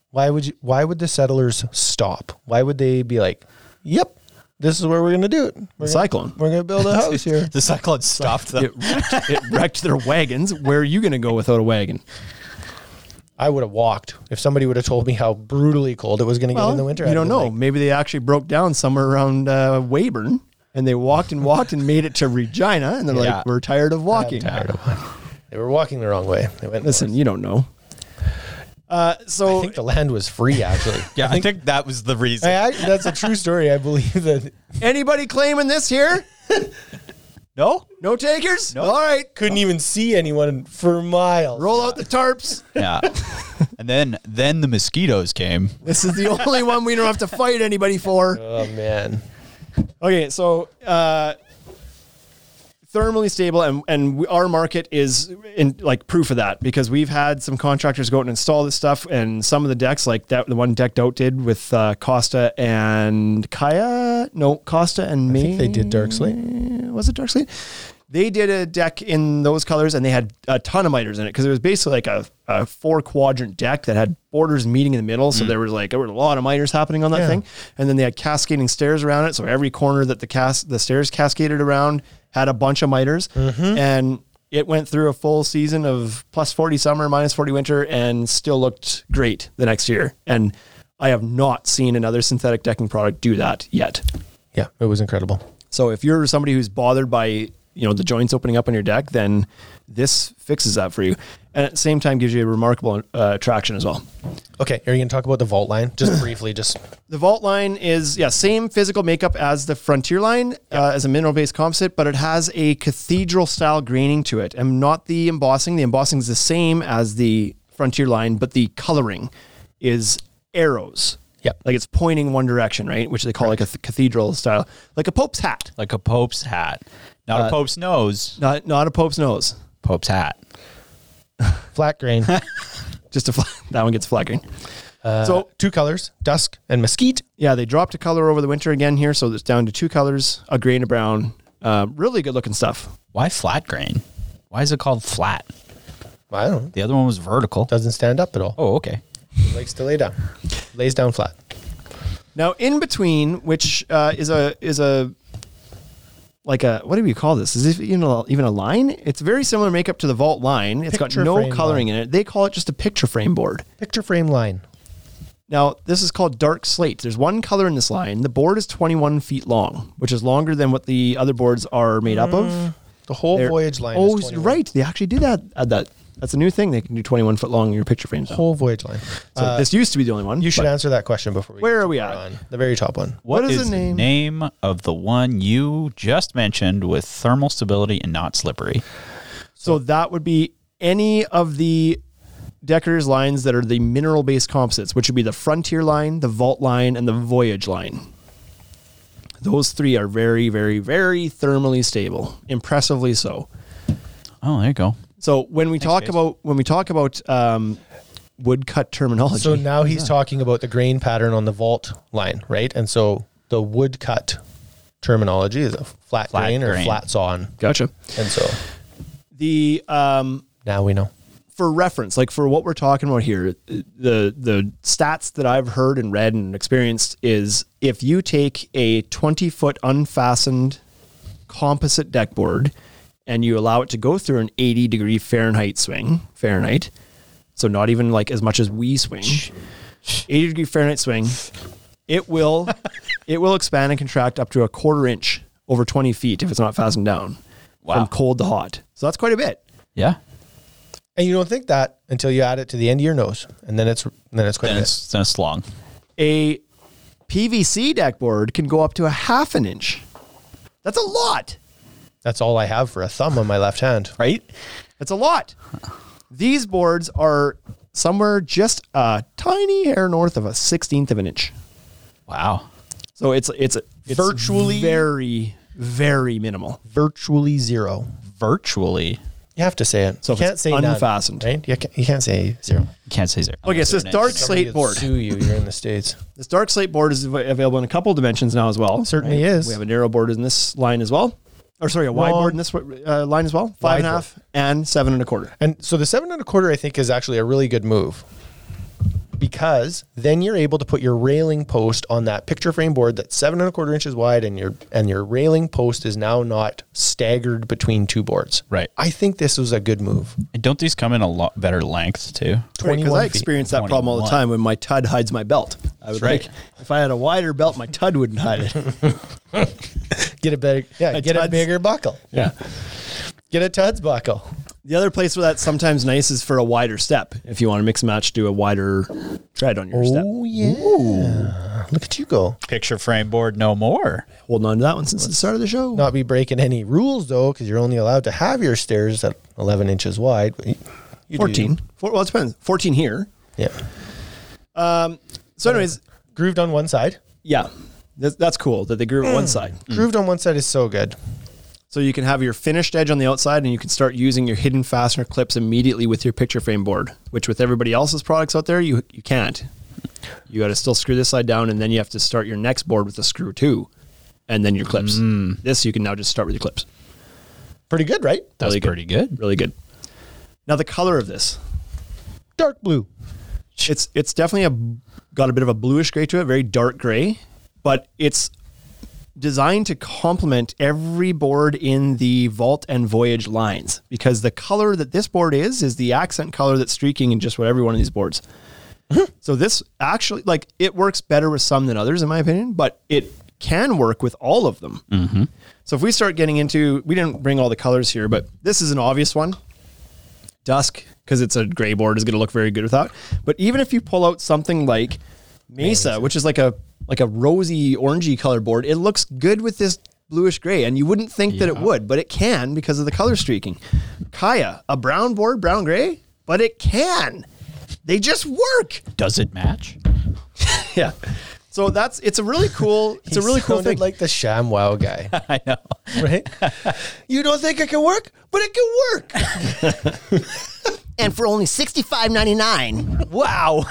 S3: Why would you, why would the settlers stop? Why would they be like, "Yep, this is where we're going to do it. We're gonna-
S1: cyclone.
S3: We're going to build a house here."
S4: The cyclone stopped them.
S1: it wrecked, it wrecked their wagons. Where are you going to go without a wagon?
S3: I would have walked if somebody would have told me how brutally cold it was going to get Oh. in the winter.
S1: you
S3: I'd
S1: don't
S3: been
S1: know.
S3: like,
S1: Maybe they actually broke down somewhere around uh, Weyburn and they walked and walked and made it to Regina. And they're
S4: Yeah.
S1: like, we're tired of walking.
S3: they were walking the wrong way. They went.
S1: Listen, you don't know. Uh, so
S3: I think the land was free actually.
S4: Yeah, I think, that was the reason.
S3: I, I, that's a true story. I believe that
S1: Anybody claiming this here? no? No takers? No. All right.
S3: couldn't even see anyone for miles.
S1: Roll out the tarps.
S4: Yeah. and then then the mosquitoes came.
S1: This is the only one we don't have to fight anybody for.
S3: Oh man.
S1: Okay, so uh, thermally stable, and and we, our market is in like proof of that because we've had some contractors go out and install this stuff, and some of the decks, like that the one decked out did with uh, Costa and Kaya, no Costa and me,
S3: They did dark slate.
S1: was it Dark Slate? They did a deck in those colors and they had a ton of miters in it because it was basically like a, a four quadrant deck that had borders meeting in the middle. So there was like there were a lot of miters happening on that
S3: Yeah.
S1: thing. And then they had cascading stairs around it. So every corner that the cast the stairs cascaded around had a bunch of miters. And it went through a full season of plus 40 summer, minus 40 winter, and still looked great the next year. And I have not seen another synthetic decking product do that yet.
S3: Yeah, it was incredible.
S1: So if you're somebody who's bothered by you know the joints opening up on your deck, then this fixes that for you, and at the same time gives you a remarkable uh, traction as well.
S3: Okay, are you going to talk about the vault line just briefly? Just
S1: The Vault line is yeah same physical makeup as the Frontier line uh, as a mineral based composite, but it has a cathedral style graining to it, and not the embossing. The embossing is the same as the Frontier line, but the coloring is arrows.
S3: Yep.
S1: like it's pointing one direction, right? Which they call like a th- cathedral style, like a pope's hat,
S4: Like a pope's hat. Not
S1: Uh,
S4: a pope's nose.
S1: not not a pope's nose.
S4: Pope's hat.
S3: flat grain.
S1: just a fl- that one gets flagging. so
S3: two colors, dusk and mesquite.
S1: yeah, they dropped a color over the winter again here, so it's down to two colors: a gray and a brown. Uh, really good looking stuff.
S4: Why flat grain? Why is it called flat?
S3: I don't know.
S4: The other one was vertical.
S3: Doesn't stand up at all.
S4: Oh, okay.
S3: Likes to lay down. Lays down flat.
S1: Now in between, which uh, is a is a like a what do you call this? Is it even a, even a line? It's very similar makeup to the vault line. It's
S3: Picture
S1: got no
S3: frame
S1: coloring in it. They call it just a picture frame board.
S3: Picture frame line.
S1: Now, this is called dark slate. There's one color in this line. The board is 21 feet long, which is longer than what the other boards are made up of.
S3: The whole
S1: They're-
S3: voyage line.
S1: Oh,
S3: is 21.
S1: right. They actually did that. Add that. That's a new thing. They can do 21 foot long in your picture frames. now.
S3: Whole voyage line.
S1: so
S3: Uh,
S1: this used to be the only one.
S3: you should
S1: but
S3: answer that question before we.
S1: Where
S3: get
S1: are we
S3: too far
S1: at?
S3: on. The very top one.
S1: What is the name?
S4: name of the one you just mentioned with thermal stability and not slippery?
S1: so that would be any of the Decker's lines that are the mineral based composites, which would be the Frontier line, the Vault line, and the Voyage line. Those three are very, very, very thermally stable, impressively so.
S4: Oh, there you go.
S1: So when we talk about when we talk about um, woodcut terminology,
S3: So now he's talking about the grain pattern on the vault line, right? And so the woodcut terminology is a flat,
S4: Flat
S3: grain, or
S4: grain.
S3: flat sawn.
S1: gotcha.
S3: And so
S1: The um,
S3: now we know.
S1: for reference, like for what we're talking about here, the the stats that I've heard and read and experienced is if you take a 20 foot unfastened composite deck board and you allow it to go through an 80 degree Fahrenheit swing, Fahrenheit, so not even like as much as we swing, 80 degree Fahrenheit swing, it will it will expand and contract up to a quarter inch over 20 feet if it's not fastened down
S4: Wow.
S1: from cold to hot. So that's quite a bit.
S4: Yeah.
S3: And you don't think that until you add it to the end of your nose, and then it's then it's quite
S4: Then
S3: a bit.
S4: it's, then it's long.
S1: a PVC deck board can go up to a half an inch. That's a lot.
S3: That's all I have for a thumb on my left hand.
S4: Right?
S1: That's a lot. These boards are somewhere just a tiny hair north of a sixteenth of an inch.
S4: Wow.
S1: So it's it's, it's
S3: Virtually-
S1: very very minimal.
S3: Virtually zero.
S4: Virtually.
S3: You have to say it.
S1: So
S3: you
S1: if
S3: can't
S1: it's
S3: say none,
S1: unfastened.
S3: right? You can't, you can't say zero.
S4: Can't say zero.
S1: Okay, so this dark slate board.
S3: Sue you. You're in the states.
S1: This dark slate board is av- available in a couple dimensions now as well.
S3: Certainly is.
S1: We have a narrow board in this line as well, or sorry, a wide
S3: Wrong.
S1: board in this uh, line as well. Five and a
S3: Wide
S1: half and seven and a quarter.
S3: And so the seven and a quarter, I think, is actually a really good move because then you're able to put your railing post on that picture frame board that's seven and a quarter inches wide, and your and your railing post is now not staggered between two boards.
S4: Right.
S3: I think this was a good move.
S4: And don't these come in a lot better length too?
S1: Because
S3: 21
S1: I
S3: feet.
S1: experience that problem all the
S4: 21.
S1: time when my tud hides my belt. I would
S4: right.
S1: like if I had a wider belt, my tud wouldn't hide it.
S3: Get a better, yeah, get a
S1: Tuds.
S3: bigger buckle.
S1: yeah.
S3: Get a Tuds buckle.
S1: The other place where that's sometimes nice is for a wider step. If you want to mix and match, do a wider tread on your step.
S3: Oh yeah. Oh, Look at you go.
S4: Picture frame board no more.
S1: Holding on to that one since the start of the show.
S3: Not be breaking any rules though, because you're only allowed to have your stairs at 11 inches wide. but you- you do.
S1: 14. Four, well, it depends. 14 here.
S3: Yeah.
S1: So, anyways,
S3: Grooved on one side.
S1: yeah, that's, that's cool that they grew
S3: Mm.
S1: it one side.
S3: Grooved on one side is so good.
S1: So you can have your finished edge on the outside and you can start using your hidden fastener clips immediately with your picture frame board, which with everybody else's products out there, you, you can't. You got to still screw this side down and then you have to start your next board with a screw too. And then your clips. This you can now just start with your clips.
S3: Pretty good, right?
S4: That's
S1: Really good.
S4: pretty good.
S1: Really good. Now the color of this.
S3: Dark blue.
S1: It's it's definitely a got a bit of a bluish gray to it, very dark gray, but it's designed to complement every board in the Vault and Voyage lines because the color that this board is is the accent color that's streaking in just what every one of these boards.
S3: Mm-hmm.
S1: so this actually like it works better with some than others in my opinion, but it can work with all of
S3: Mm-hmm.
S1: them. So if we start getting into we didn't bring all the colors here, but this is an obvious one dusk because it's a gray board is going to look very good without. But even if you pull out something like Mesa, which is like a like a rosy orangey color board, it looks good with this bluish gray, and you wouldn't think that it would, but it can because of the color streaking. Kaya, a brown board, brown gray, but it can. They just work.
S4: Does it match?
S1: Yeah. So that's it's a really cool it's a really cool
S3: sounded
S1: thing.
S3: Like the sham wow guy,
S4: I know.
S3: right? you don't think it can work, but it can work.
S1: and for only sixty five ninety nine,
S4: Wow.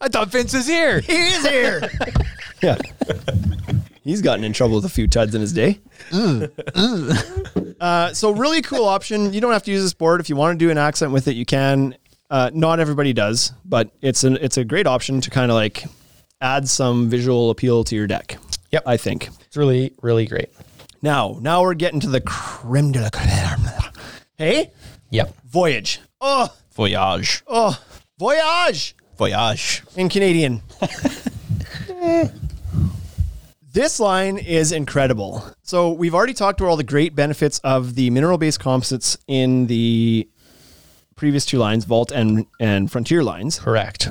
S4: I thought Vince was here.
S1: he is here. yeah. He's gotten in trouble with a few tuds in his day. Uh, so really cool option. You don't have to use this board if you want to do an accent with it. You can. Uh, not everybody does, but it's an it's a great option to kind of like add some visual appeal to your deck.
S3: Yep.
S1: I think.
S3: It's really, really great.
S1: Now, now we're getting to the creme de la creme. Hey,
S3: Yep.
S1: voyage. Oh,
S4: Voyage.
S1: oh, voyage
S4: Voyage.
S1: in Canadian. this line is incredible. So we've already talked about all the great benefits of the mineral-based composites in the previous two lines, Vault and and Frontier lines.
S3: Correct.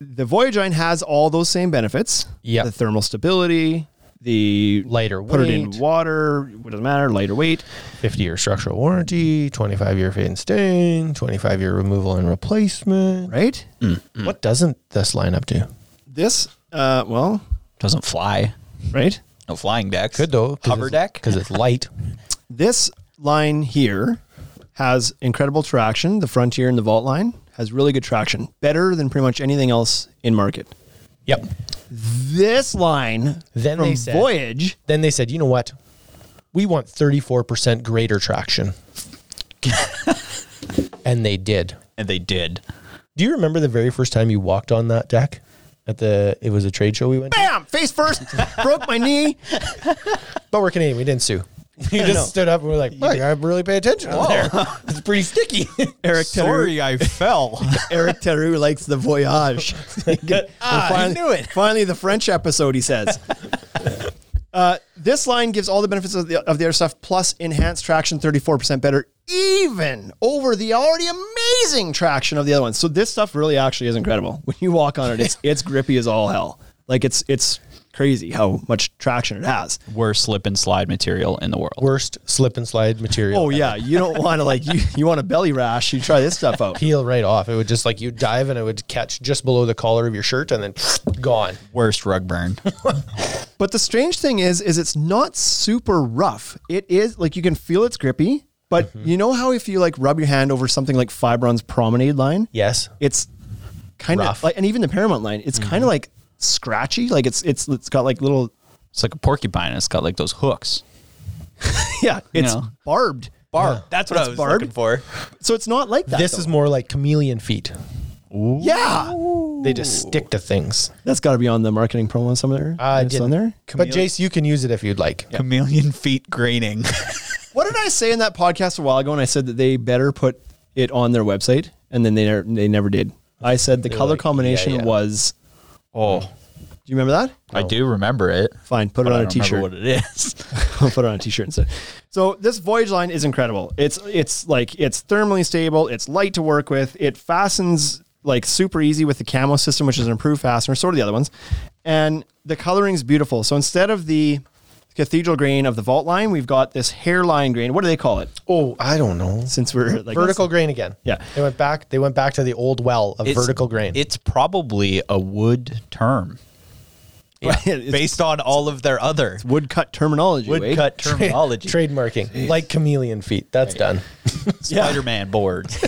S1: The Voyage line has all those same benefits.
S3: Yep.
S1: the thermal stability, the
S3: Lighter
S1: put it in
S3: weight.
S1: water. It doesn't matter. Lighter weight.
S3: 50 year structural warranty, 25 year fade and stain, 25 year removal and replacement.
S1: Right.
S3: Mm. What doesn't this line up to?
S1: This. Uh. Well.
S4: Doesn't fly.
S1: Right.
S4: No flying deck.
S3: Good though.
S4: Hover deck.
S3: Because it's light.
S1: this line here has incredible traction. The Frontier and the Vault line has really good traction, better than pretty much anything else in market.
S3: yep.
S1: This line
S3: Then
S1: from
S3: they said-
S1: Voyage,
S3: Then they said, you know what? We want 34% greater traction. and they did.
S4: And they did.
S3: Do you remember the very first time you walked on that deck? At the it was a trade show we went to.
S1: bam, face first, broke my knee.
S3: But we're Canadian, we didn't sue. You just stood up and we're like, "Fuck, I really pay attention on there. It's pretty sticky.
S1: Eric Teru,
S4: I fell.
S1: Eric Teru likes the Voyage.
S4: Ah, I
S1: finally,
S4: knew it.
S1: Finally, the French episode, he says. Uh, this line gives all the benefits of the, of the other stuff, plus enhanced traction 34% better, even over the already amazing traction of the other ones. So this stuff really actually is incredible. When you walk on it, it's it's grippy as all hell. Like it's it's crazy how much traction it has.
S4: Worst slip and slide material in the world.
S3: Worst slip and slide material.
S1: Oh yeah, you don't want to like you, you want a belly rash. You try this stuff out.
S3: Peel right off. It would just like you dive and it would catch just below the collar of your shirt and then gone.
S4: Worst rug burn.
S1: But the strange thing is, is it's not super rough. It is like you can feel it's grippy, but
S3: Mm-hmm.
S1: you know how if you like rub your hand over something like Fibron's Promenade line,
S3: Yes.
S1: it's kind of
S3: Rough. Mm-hmm.
S1: like, and even the Paramount line, it's kind of like scratchy. Like it's it's it's got like little
S4: It's like a porcupine. It's got like those hooks.
S1: yeah, it's
S4: know.
S1: barbed. Barbed.
S4: That's
S1: what I It's was barbed? looking
S4: for.
S1: So it's not like that.
S3: this
S1: though.
S3: is more like chameleon feet.
S1: yeah.
S3: They just stick to things.
S1: That's got to be on the marketing promo somewhere.
S3: I
S1: It's
S3: did
S1: on there.
S3: But Jace, you can use it if you'd like.
S4: Chameleon feet graining.
S1: What did I say in that podcast a while ago? And I said that they better put it on their website, and then they never, they never did. I said the color
S3: like, yeah,
S1: combination
S3: yeah.
S1: was.
S4: oh,
S1: Do you remember that?
S4: I do remember it.
S1: Fine, put it
S4: But I
S1: on a
S4: don't remember
S1: t-shirt.
S4: what it is.
S1: I'll put it on a t-shirt instead. So this Voyage line is incredible. It's it's like it's thermally stable. It's light to work with. It fastens like super easy with the camo system, which is an improved fastener, sort of the other ones. And the coloring's beautiful. So instead of the cathedral grain of the vault line, we've got this hairline grain. What do they call it?
S3: Oh, I don't know.
S1: Since we're like
S3: Vertical grain again.
S1: Yeah.
S3: They went back. They went back to the old well of vertical grain.
S4: It's probably a wood term
S1: it's
S4: based on all of their other
S1: woodcut terminology. Wade.
S4: woodcut terminology.
S3: Trademarking. Like chameleon feet. That's done.
S4: Spider-Man board.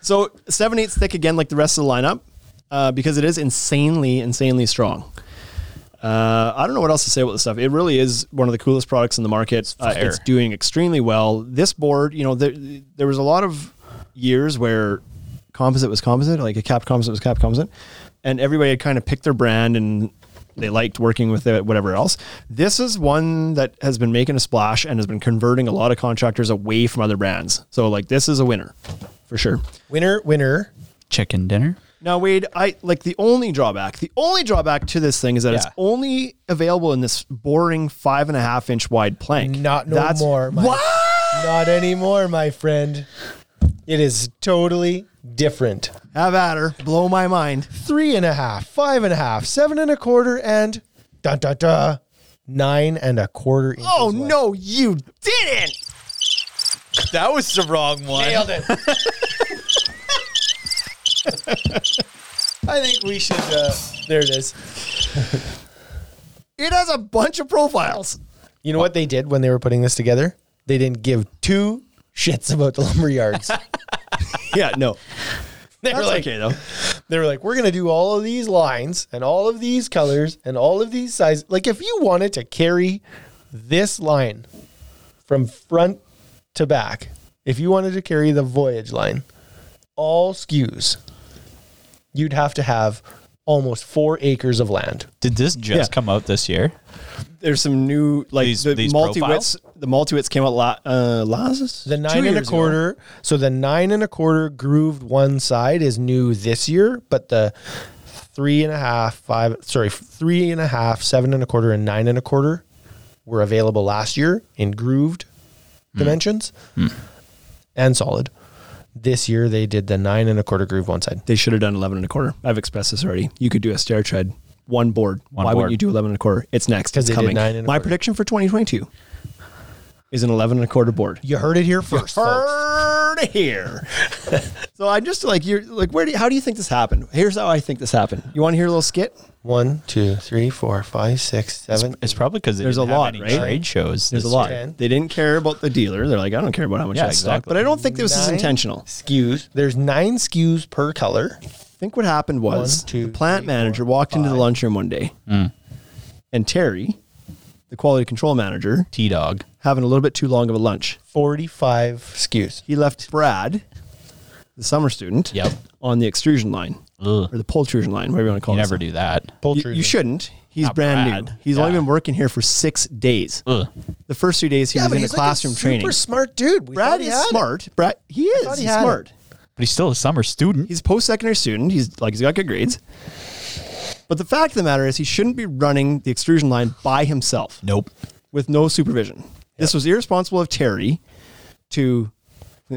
S1: So seven eighths thick again, like the rest of the lineup, uh, because it is insanely, insanely strong. Uh, I don't know what else to say about this stuff. It really is one of the coolest products in the market. It's, uh,
S4: fire.
S1: it's doing extremely well. This board, you know, there, there was a lot of years where composite was composite, like a cap composite was cap composite, and everybody had kind of picked their brand and they liked working with it, whatever else. This is one that has been making a splash and has been converting a lot of contractors away from other brands. So, like, this is a winner for sure.
S3: Winner, winner.
S4: Chicken dinner.
S1: Now, Wade, I like the only drawback. The only drawback to this thing is that it's
S4: Yeah.
S1: only available in this boring five and a half inch wide plank.
S3: Not no more. My,
S1: What?
S3: Not anymore, my friend. It is totally different.
S1: Have at her. Blow my mind.
S3: Three and a half, five and a half, seven and a quarter, and da da da. Nine and a quarter inches.
S1: Oh
S3: wide.
S1: no, you didn't.
S4: That was the wrong one.
S3: I think we should. Uh, there it is.
S1: It has a bunch of profiles.
S3: You know what they did when they were putting this together? They didn't give two shits about the lumber yards.
S1: Yeah, no.
S3: they were
S1: That's
S3: like,
S1: okay though.
S3: they were like, we're gonna do all of these lines and all of these colors and all of these sizes. Like, if you wanted to carry this line from front to back, if you wanted to carry the voyage line, all skews, you'd have to have almost four acres of land.
S4: Did this just
S1: Yeah.
S4: come out this year?
S1: There's some new like
S4: These-
S1: the
S4: these
S1: multi-wits. The multi-wits came out la- uh last
S3: The
S1: two
S3: nine and a
S1: years ago.
S3: quarter. So the nine and a quarter grooved one side is new this year, but the three and a half, five, sorry, three and a half, seven and a quarter, and nine and a quarter were available last year in grooved
S1: Hmm.
S3: dimensions and solid. This year they did the nine and a quarter groove one side.
S1: They should have done 11 and a quarter. I've expressed this already. You could do a stair tread, one board. Why
S4: board.
S1: wouldn't you do 11 and a quarter? It's next.
S3: 'Cause
S1: It's
S3: they did
S1: coming.
S3: nine and a
S1: My
S3: quarter.
S1: prediction for 2022 is an 11 and a quarter board.
S3: You heard it here first. folks.
S1: Heard here. so I'm just like, you're like, where do you, how do you think this happened? Here's how I think this happened. You want to hear a little skit?
S3: One, two, three, four, five, six, seven.
S4: It's probably because
S1: There's a lot, right?
S4: trade shows.
S1: There's a
S4: this
S1: lot.
S4: year.
S1: They didn't care about the dealer. They're like, I don't care about how much
S4: Yeah,
S1: I stock,
S4: exactly.
S1: but I don't think this is
S3: Nine
S1: intentional.
S3: Skews. There's nine skews per color.
S1: I think what happened was
S3: One, two,
S1: the plant
S3: three, Hmm.
S1: manager walked into the lunchroom one day, and Terry, the quality control manager,
S4: T Dog.
S1: having a little bit too long of a lunch.
S3: 45 skews.
S1: He left Brad, the summer student,
S4: Yep.
S1: on the extrusion line
S4: Ugh.
S1: or the poltrusion line, whatever you want to call
S4: You
S1: it.
S4: never do that.
S1: You, you shouldn't. He's
S4: Not
S1: brand new.
S4: Brad.
S1: He's only
S4: Yeah.
S1: been working here for six days.
S4: Ugh.
S1: The first three days he was in a classroom training.
S3: Super smart dude. We
S1: Brad
S3: thought he
S1: is
S3: had it.
S1: smart. Brad, he is.
S3: thought he
S1: he's
S3: had it.
S1: smart.
S4: But he's still a summer student.
S1: He's a post-secondary student. He's like he's got good grades. But the fact of the matter is, he shouldn't be running the extrusion line by himself
S4: nope.
S1: with no supervision. This was irresponsible of Terry to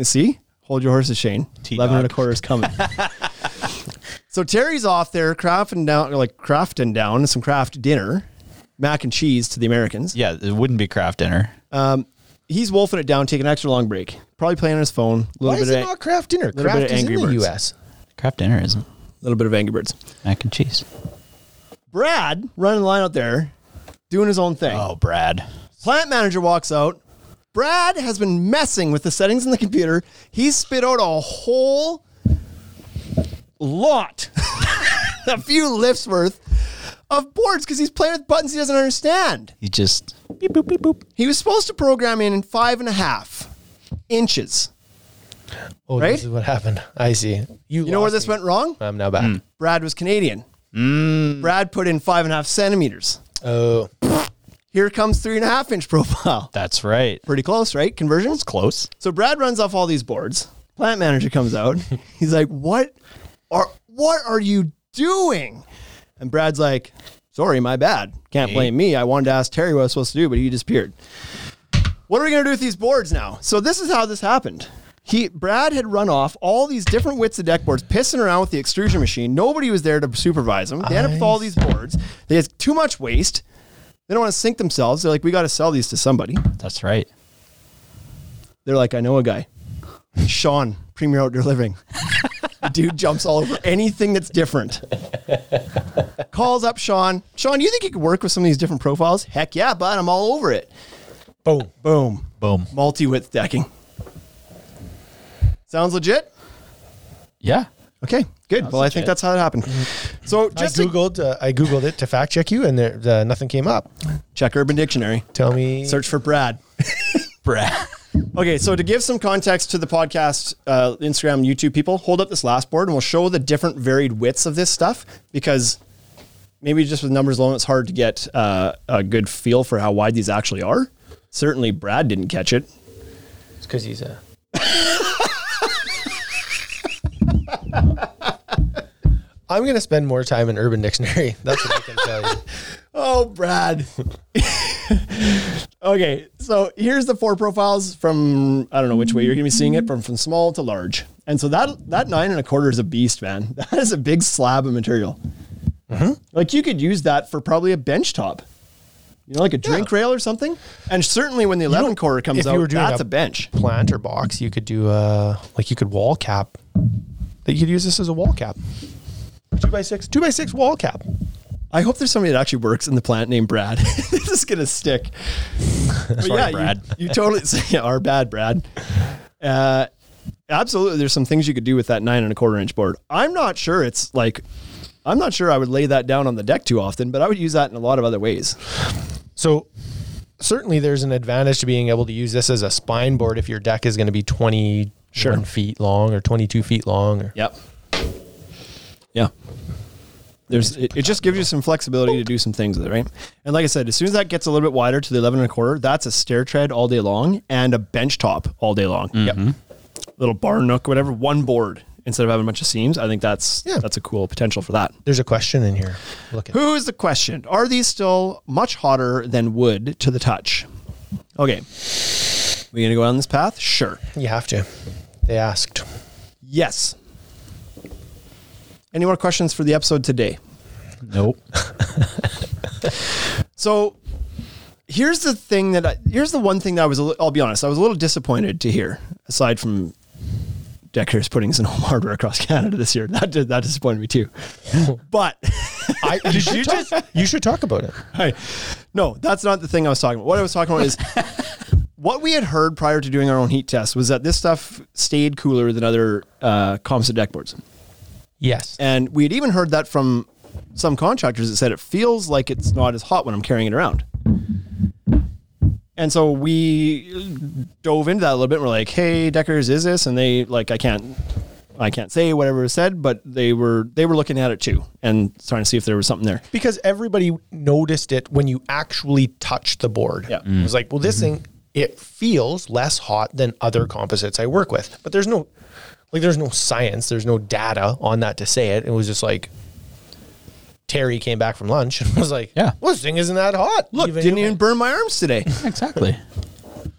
S1: see. Hold your horses, Shane.
S4: T-Dog.
S1: Eleven and a quarter is coming. So Terry's off there crafting down, like crafting down some craft dinner, mac and cheese to the Americans.
S4: Yeah, it wouldn't be craft dinner.
S1: He's wolfing it down, taking an extra long break. Probably playing on his phone. A little
S3: Why
S1: bit
S3: is
S1: of
S3: it not craft dinner?
S1: little
S3: Craft
S1: bit of
S3: is
S1: Angry
S3: in the
S1: Birds.
S3: U.S.
S4: Craft dinner isn't
S1: little bit of Angry Birds.
S4: mac and cheese.
S1: Brad running the line out there, doing his own thing.
S4: Oh, Brad.
S1: Plant manager walks out. Brad has been messing with the settings in the computer. He spit out a whole lot, a few lifts worth of boards because he's playing with buttons he doesn't understand.
S4: He just
S1: He was supposed to program in five and a half inches.
S3: Oh,
S1: Right?
S3: this is what happened. I see. You,
S1: You know where this went wrong?
S3: I'm now back.
S1: Hmm. Brad was Canadian. Brad put in five and a half centimeters.
S3: Oh,
S1: Here comes three and a half inch profile.
S4: that's right.
S1: Pretty close, right? Conversions?
S4: Close.
S1: So Brad runs off all these boards. Plant manager comes out. He's like, "What are what are you doing?" And Brad's like, "Sorry, my bad. Can't blame me. I wanted to ask Terry what I was supposed to do, but he disappeared." What are we gonna do with these boards now? So this is how this happened. He Brad had run off all these different widths of deck boards, pissing around with the extrusion machine. Nobody was there to supervise them. They end up with all these boards. They had too much waste. They don't want to sink themselves. They're like, we got to sell these to somebody.
S4: That's right.
S1: They're like, I know a guy, Sean, Premier Outdoor Living. the dude jumps all over anything that's different. Calls up Sean. Sean, do you think you could work with some of these different profiles? Heck yeah, bud. I'm all over it.
S3: boom.
S1: Boom.
S4: Boom.
S1: Multi width decking. Sounds legit.
S4: Yeah.
S1: Okay, good. well, I think
S4: legit. Mm-hmm.
S1: that's how it happened. So just
S3: I
S1: to
S3: googled. Uh, I googled it to fact check you, and there, uh, nothing came up.
S1: check Urban Dictionary.
S3: Tell me.
S1: Search for Brad.
S4: Brad.
S1: Okay, so to give some context to the podcast, uh, Instagram, YouTube people, hold up this last board and we'll show the different varied widths of this stuff because maybe just with numbers alone, it's hard to get uh, a good feel for how wide these actually are. Certainly, Brad didn't catch it.
S3: It's because he's a. I'm gonna spend more time in Urban Dictionary. That's what I can tell you.
S1: Oh, Brad. okay, so here's the four profiles from I don't know which way you're gonna be seeing it from from small to large, and so that that nine and a quarter is a beast, man. That is a big slab of material.
S3: Uh-huh.
S1: Like you could use that for probably a bench top, you know, like a drink rail or something. And certainly when the eleven quarter comes
S3: if you
S1: out,
S3: were doing
S1: that's
S3: a-
S1: a bench.
S3: Planter box. You could do uh like you could wall cap. That you could use this as a wall cap. Two by six. Two by six wall cap.
S1: I hope there's somebody that actually works in the plant named Brad. this is gonna stick. But
S4: Sorry,
S1: you-
S4: Brad.
S1: You, totally yeah, our bad, Brad. Uh, absolutely, there's some things you could do with that nine and a quarter inch board. I'm not sure it's like, I'm not sure I would lay that down on the deck too often, but I would use that in a lot of other ways.
S3: So certainly there's an advantage to being able to use this as a spine board if your deck is going to be 21
S1: Sure.
S3: feet long or 22 feet long. Or,
S1: Yep. Yeah. There's it, it just gives you some flexibility to do some things with it, right? And like I said, as soon as that gets a little bit wider to the 11 and a quarter, that's a stair tread all day long and a bench top all day long. Yep. Little bar nook, whatever, one board instead of having a bunch of seams. I think that's
S3: Yeah.
S1: that's a cool potential for that.
S3: There's a question in here. Look at
S1: Who is the question? Are these still much hotter than wood to the touch? Okay. We gonna go down this path? Sure.
S3: You have to. They asked.
S1: Yes. Any more questions for the episode today?
S4: Nope.
S1: So here's the thing that I, here's the one thing that I was a li- I'll be honest I was a little disappointed to hear aside from Deckers putting some home hardware across Canada this year that did, that disappointed me too but
S3: I, you, should talk, you should talk about it.
S1: I, no that's not the thing I was talking about what I was talking about is what we had heard prior to doing our own heat test was that this stuff stayed cooler than other uh, composite deck boards
S3: Yes.
S1: and we had even heard that from some contractors that said it feels like it's not as hot when I'm carrying it around. And so we dove into that a little bit. And we're like, "Hey, Deckers, is this?" And they like, I can't, I can't say whatever was said, but they were they were looking at it too and trying to see if there was something there.
S3: Because everybody noticed it when you actually touched the board.
S1: Yeah.
S3: It was like, well, this thing, it feels less hot than other composites I work with. But there's no, like, there's no science, there's no data on that to say it. It was just like, Terry came back from lunch and was like,
S4: Yeah.
S3: well, this thing isn't that hot.
S1: Look, didn't
S3: if-
S1: even burn my arms today.
S4: exactly.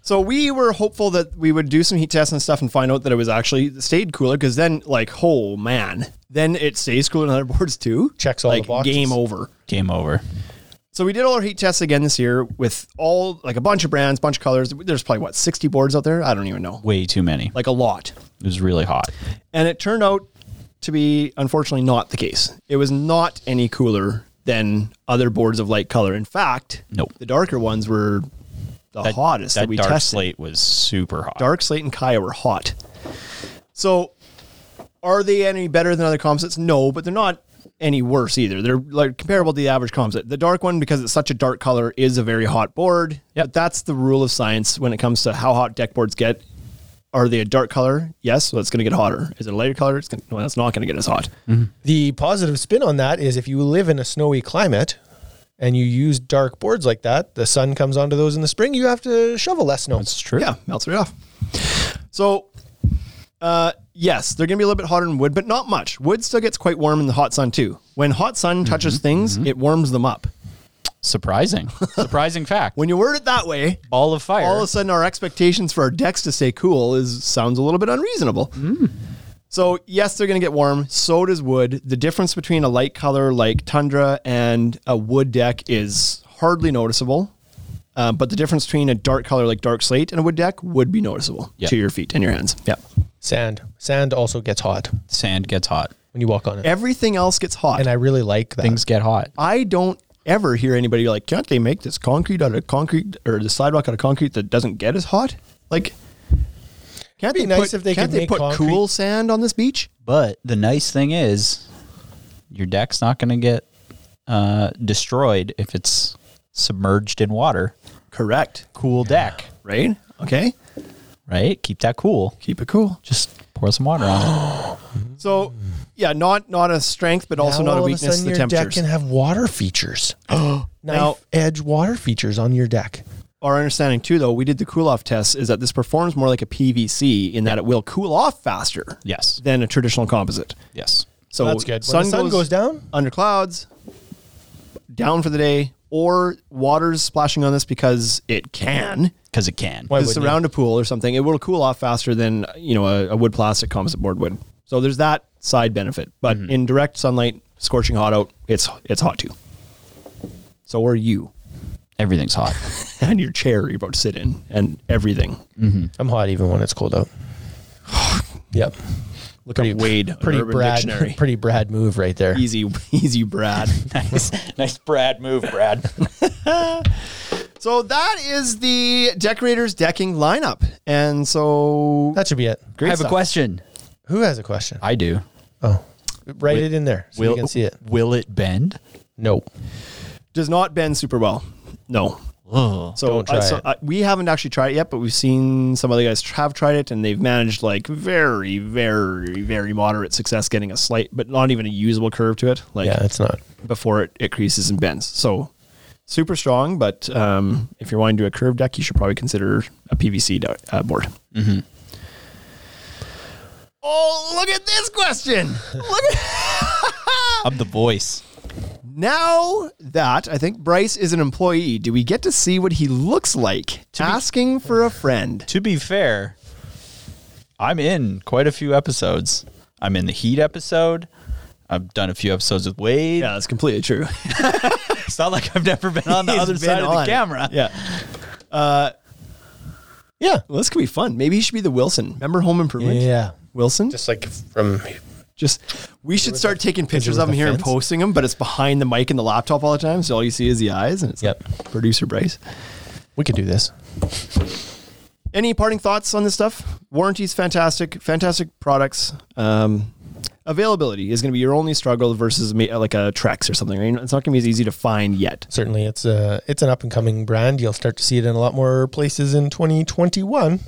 S1: So we were hopeful that we would do some heat tests and stuff and find out that it was actually stayed cooler because then like oh man, then it stays cooler on other boards too.
S3: Checks all the
S1: like,
S3: boxes.
S1: Game over.
S4: Game over.
S1: So we did all our heat tests again this year with all like a bunch of brands, bunch of colors. There's probably what sixty boards out there. I don't even know.
S4: Way too many.
S1: Like a lot.
S4: It was really hot.
S1: And it turned out to be unfortunately not the case. It was not any cooler than other boards of light color. In fact,
S4: Nope.
S1: the darker ones were the hottest that,
S4: that
S1: we
S4: dark
S1: tested.
S4: slate was super hot.
S1: Dark Slate and Kaya were hot. So are they any better than other composites? No, but they're not any worse either. They're like comparable to the average composite. The dark one, because it's such a dark color, is a very hot board.
S4: Yep.
S1: But that's the rule of science when it comes to how hot deck boards get. Are they a dark color? Yes, so it's going to get hotter. Is it a lighter color? It's gonna, no, that's not going to get as hot.
S3: The positive spin on that is if you live in a snowy climate and you use dark boards like that, the sun comes onto those in the spring, you have to shovel less snow.
S4: It's true.
S1: Yeah, melts right off. So, uh, yes, they're going to be a little bit hotter than wood, but not much. Wood still gets quite warm in the hot sun too. When hot sun touches things, it warms them up.
S4: Surprising. Surprising fact.
S1: When you word it that way,
S4: ball of fire.
S1: all of a sudden our expectations for our decks to stay cool is sounds a little bit unreasonable. So yes, they're going to get warm. So does wood. The difference between a light color like tundra and a wood deck is hardly noticeable. Um, but the difference between a dark color like dark slate and a wood deck would be noticeable
S4: Yeah.
S1: to your feet and your hands. Yeah.
S3: Sand. Sand also gets hot
S4: Sand gets hot.
S3: when you walk on it.
S1: Everything else gets hot.
S3: and I really like that.
S4: Things get hot.
S1: I don't ever hear anybody like, can't they make this concrete out of concrete or the sidewalk out of concrete that doesn't get as hot? Like, can't
S3: It'd be
S1: they
S3: nice
S1: put,
S3: if they
S1: can't
S3: could
S1: they
S3: make
S1: put
S3: concrete-
S1: cool sand on this beach?
S4: But the nice thing is, your deck's not going to get uh, destroyed if it's submerged in water.
S1: Correct.
S4: Cool deck,
S1: Right? Okay.
S4: right? Keep that cool.
S1: Keep it cool.
S4: Just pour some water on it.
S1: So, yeah, not not a strength, but also not
S3: Now
S1: a
S3: all of
S1: weakness to
S3: sudden
S1: the
S3: your
S1: temperatures.
S3: deck can have water features. Knife
S1: Now-
S3: edge water features on your deck.
S1: Our understanding too, though, we did the cool off test, is that this performs more like a PVC in that it will cool off faster
S4: Yes.
S1: than a traditional composite.
S4: Yes.
S1: So
S3: That's good. When the sun goes down?
S1: under clouds, down for the day, or water's splashing on this because it can.
S4: Because it can.
S3: Why
S1: Because it's
S3: wouldn't
S1: around a pool or something, it will cool off faster than you know a, a wood plastic composite board would. So there's that side benefit. But
S3: Mm-hmm.
S1: in direct sunlight, scorching hot out, it's it's hot too. So are you
S4: Everything's hot.
S1: and your chair you're about to sit in and everything.
S3: I'm hot even when it's cold out. yep.
S1: Look pretty, up Wade,
S3: Pretty
S1: Urban
S3: Brad.
S1: Dictionary.
S3: Pretty Brad move right there.
S1: easy, easy, Brad.
S4: nice, nice Brad move, Brad.
S1: So that is the decorators decking lineup, and so
S3: That should be it.
S4: I have
S1: stuff.
S4: a question.
S3: Who has a question?
S4: I do.
S3: oh, write it in there so you can see it.
S4: Will it bend?
S3: No.
S1: does not bend super well. No. so
S3: Don't try
S1: I- so
S3: it.
S1: I- we haven't actually tried it yet, but we've seen some other guys have tried it, and they've managed like very, very, very moderate success getting a slight, but not even a usable curve to it. Like
S3: Yeah, it's not.
S1: before it, it creases and bends. So super strong, but um, if you're wanting to do a curved deck, you should probably consider a PVC do- uh, board.
S4: Mm-hmm.
S1: Oh, look at this question! Look at.
S4: I'm the voice.
S1: Now that I think Bryce is an employee, do we get to see what he looks like? Asking for a friend.
S4: To be fair, I'm in quite a few episodes. I'm in the heat episode. I've done a few episodes with Wade.
S1: Yeah, that's completely true.
S4: It's not like I've never been on the
S1: He's
S4: other
S1: been
S4: side of
S1: on
S4: the
S1: it.
S4: camera.
S1: Yeah.
S3: Yeah.
S1: Well, this could be fun. Maybe he should be the Wilson. Remember Home Improvement?
S3: Yeah.
S1: Wilson? Just,
S3: Just like from
S1: we should start taking pictures
S3: with
S1: of him
S3: a
S1: here and
S3: fence?
S1: posting them, but it's behind the mic and the laptop all the time. So all you see is the eyes and it's
S3: Yep.
S1: like producer Bryce.
S3: we could do this.
S1: Any parting thoughts on this stuff? Warranties, fantastic, fantastic products. Um, availability is going to be your only struggle versus ma- like a Trex or something. Right? It's not going to be as easy to find yet.
S3: Certainly, it's a it's an up and coming brand. You'll start to see it in a lot more places in 2021.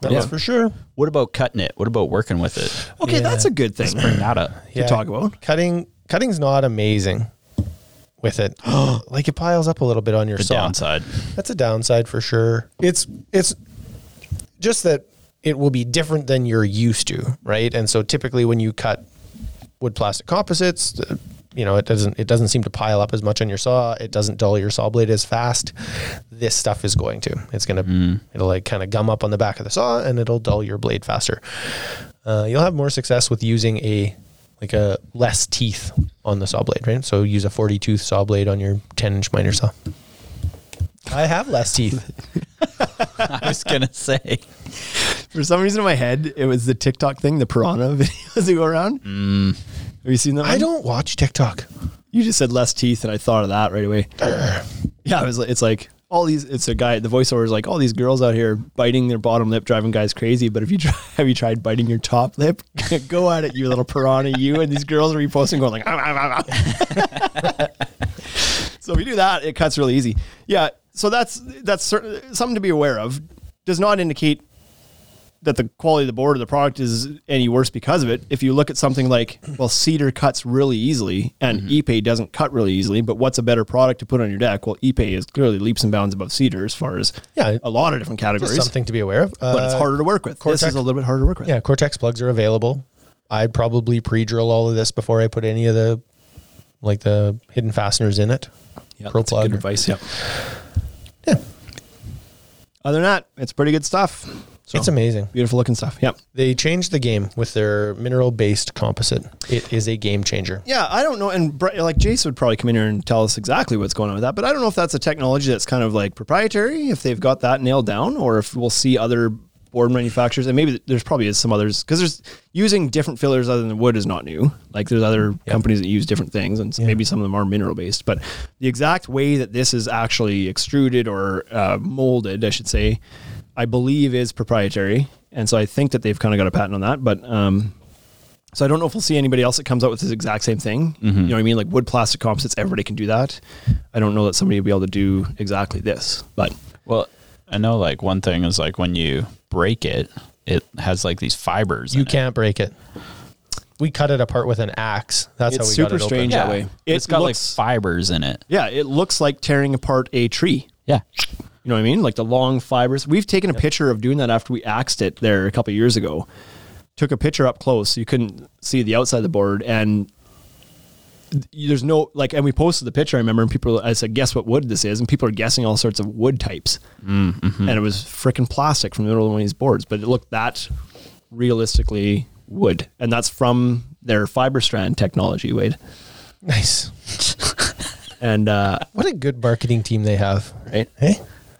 S3: That's
S1: Yeah.
S3: for sure.
S4: What about cutting it? What about working with it?
S1: Okay,
S3: Yeah.
S1: that's a good thing
S4: Bring that up.
S1: to talk about.
S3: cutting. Cutting's not amazing with it. like it piles up a little bit on your
S4: The
S3: saw.
S4: downside.
S3: That's a downside for sure. It's it's just that it will be different than you're used to, right? And so typically when you cut wood plastic composites, the you know, it doesn't it doesn't seem to pile up as much on your saw. It doesn't dull your saw blade as fast. This stuff is going to. It's gonna it'll like kind of gum up on the back of the saw and it'll dull your blade faster. Uh, you'll have more success with using a like a less teeth on the saw blade, right? So use a 40 tooth saw blade on your 10 inch miter saw. I have less teeth.
S4: I was gonna say
S1: For some reason in my head, it was the TikTok thing, the piranha videos that go around. Have you seen that?
S3: Mm. I
S1: one?
S3: don't watch TikTok.
S1: You just said less teeth, and I thought of that right away. yeah, it was. like- It's like all these. It's a guy. The voiceover is like all these girls out here biting their bottom lip, driving guys crazy. But if you try, have you tried biting your top lip? go at it, you little piranha, you! And these girls are reposting, going like. "Ah, ah, ah, ah." so if you do that, it cuts really easy. Yeah. So that's that's cer- something to be aware of. Does not indicate that the quality of the board or the product is any worse because of it. If you look at something like, well, cedar cuts really easily and
S3: Mm-hmm.
S1: Ipe doesn't cut really easily, but what's a better product to put on your deck? Well, Ipe is clearly leaps and bounds above cedar as far as
S3: Yeah.
S1: a lot of different
S3: Just
S1: categories,
S3: something to be aware of.
S1: but it's
S3: Uh,
S1: harder to work with. This
S3: Cortex-
S1: is a little bit harder to work with.
S3: Yeah, Cortex plugs are available. I'd probably pre-drill all of this before I put any of the like the hidden fasteners in it.
S1: Yeah,
S3: Pro
S1: that's a
S3: plug.
S1: good advice. Yeah. Other than that, it's pretty good stuff. So,
S3: It's amazing.
S1: Beautiful looking stuff. Yep.
S3: They changed the game with their mineral-based composite. It is a game changer.
S1: Yeah, I don't know, and Bri- like Jace would probably come in here and tell us exactly what's going on with that. But I don't know if that's a technology that's kind of like proprietary, if they've got that nailed down, or if we'll see other board manufacturers, and maybe th- there's probably is some others because there's using different fillers other than wood is not new. Like there's other companies that use different things, and s- maybe some of them are mineral based. But the exact way that this is actually extruded or uh, molded, I should say, I believe is proprietary, and so I think that they've kind of got a patent on that. But um, so I don't know if we'll see anybody else that comes out with this exact same thing. You know what I mean? Like wood plastic composites, everybody can do that. I don't know that somebody will be able to do exactly this, but
S4: Well, I know like one thing is like when you break it, it has like these fibers.
S3: You
S4: in it.
S3: can't break it. We cut it apart with an axe. That's how
S1: It's
S3: we
S1: super
S3: got it open.
S1: strange.
S4: Yeah.
S1: that way. It
S4: It's got
S1: looks-
S4: like fibers in it.
S1: yeah, it looks like tearing apart a tree.
S4: Yeah.
S1: You know what I mean? Like the long fibers. We've taken a picture of doing that after we axed it there a couple of years ago. Took a picture up close. so You couldn't see the outside of the board and th- there's no like and we posted the picture I remember and people I said guess what wood this is and people are guessing all sorts of wood types. And it was freaking plastic from the middle of one of these boards, but it looked that realistically wood. And that's from their fiber strand technology, Wade.
S3: Nice.
S1: And uh
S3: What a good marketing team they have.
S1: right?
S3: Hey,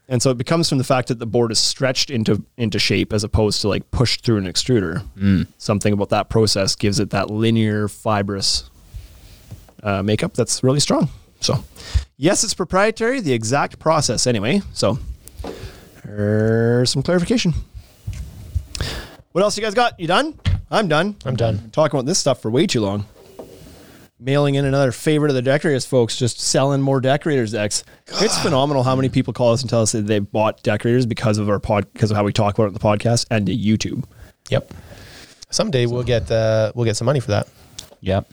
S1: And so it becomes from the fact that the board is stretched into into shape as opposed to like pushed through an extruder. Something about that process gives it that linear fibrous uh, makeup that's really strong. So, yes, it's proprietary. The exact process, anyway. So, there's some clarification. What else you guys got? You done? I'm done.
S3: I'm done.
S1: talking about this stuff for way too long. Mailing in another favorite of the decorators, folks, just selling more decorators decks. It's phenomenal how many people call us and tell us that they bought decorators because of our pod, because of how we talk about it in the podcast and the YouTube.
S3: Yep. Someday we'll get uh, we'll get some money for that.
S4: Yep.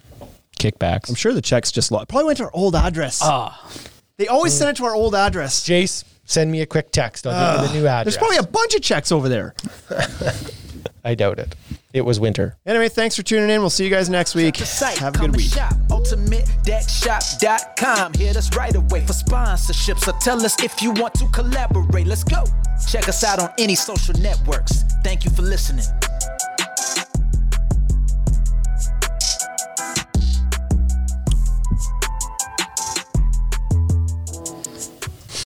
S4: Kickbacks.
S1: I'm sure the checks just lo- probably went to our old address. Ah, they always send it to our old address.
S3: Jace, send me a quick text. I'll give you the new
S1: There's
S3: address.
S1: probably a bunch of checks over there.
S3: I doubt it. It was winter.
S1: Anyway, thanks for tuning in. We'll see you guys next week.
S2: the site.
S1: Have a
S2: Come
S1: good
S2: and
S1: week.
S2: Shop, ultimatedeckshop.com. Hit us right away for sponsorships. So tell us if you want to collaborate. Let's go. Check us out on any social networks. Thank you for listening.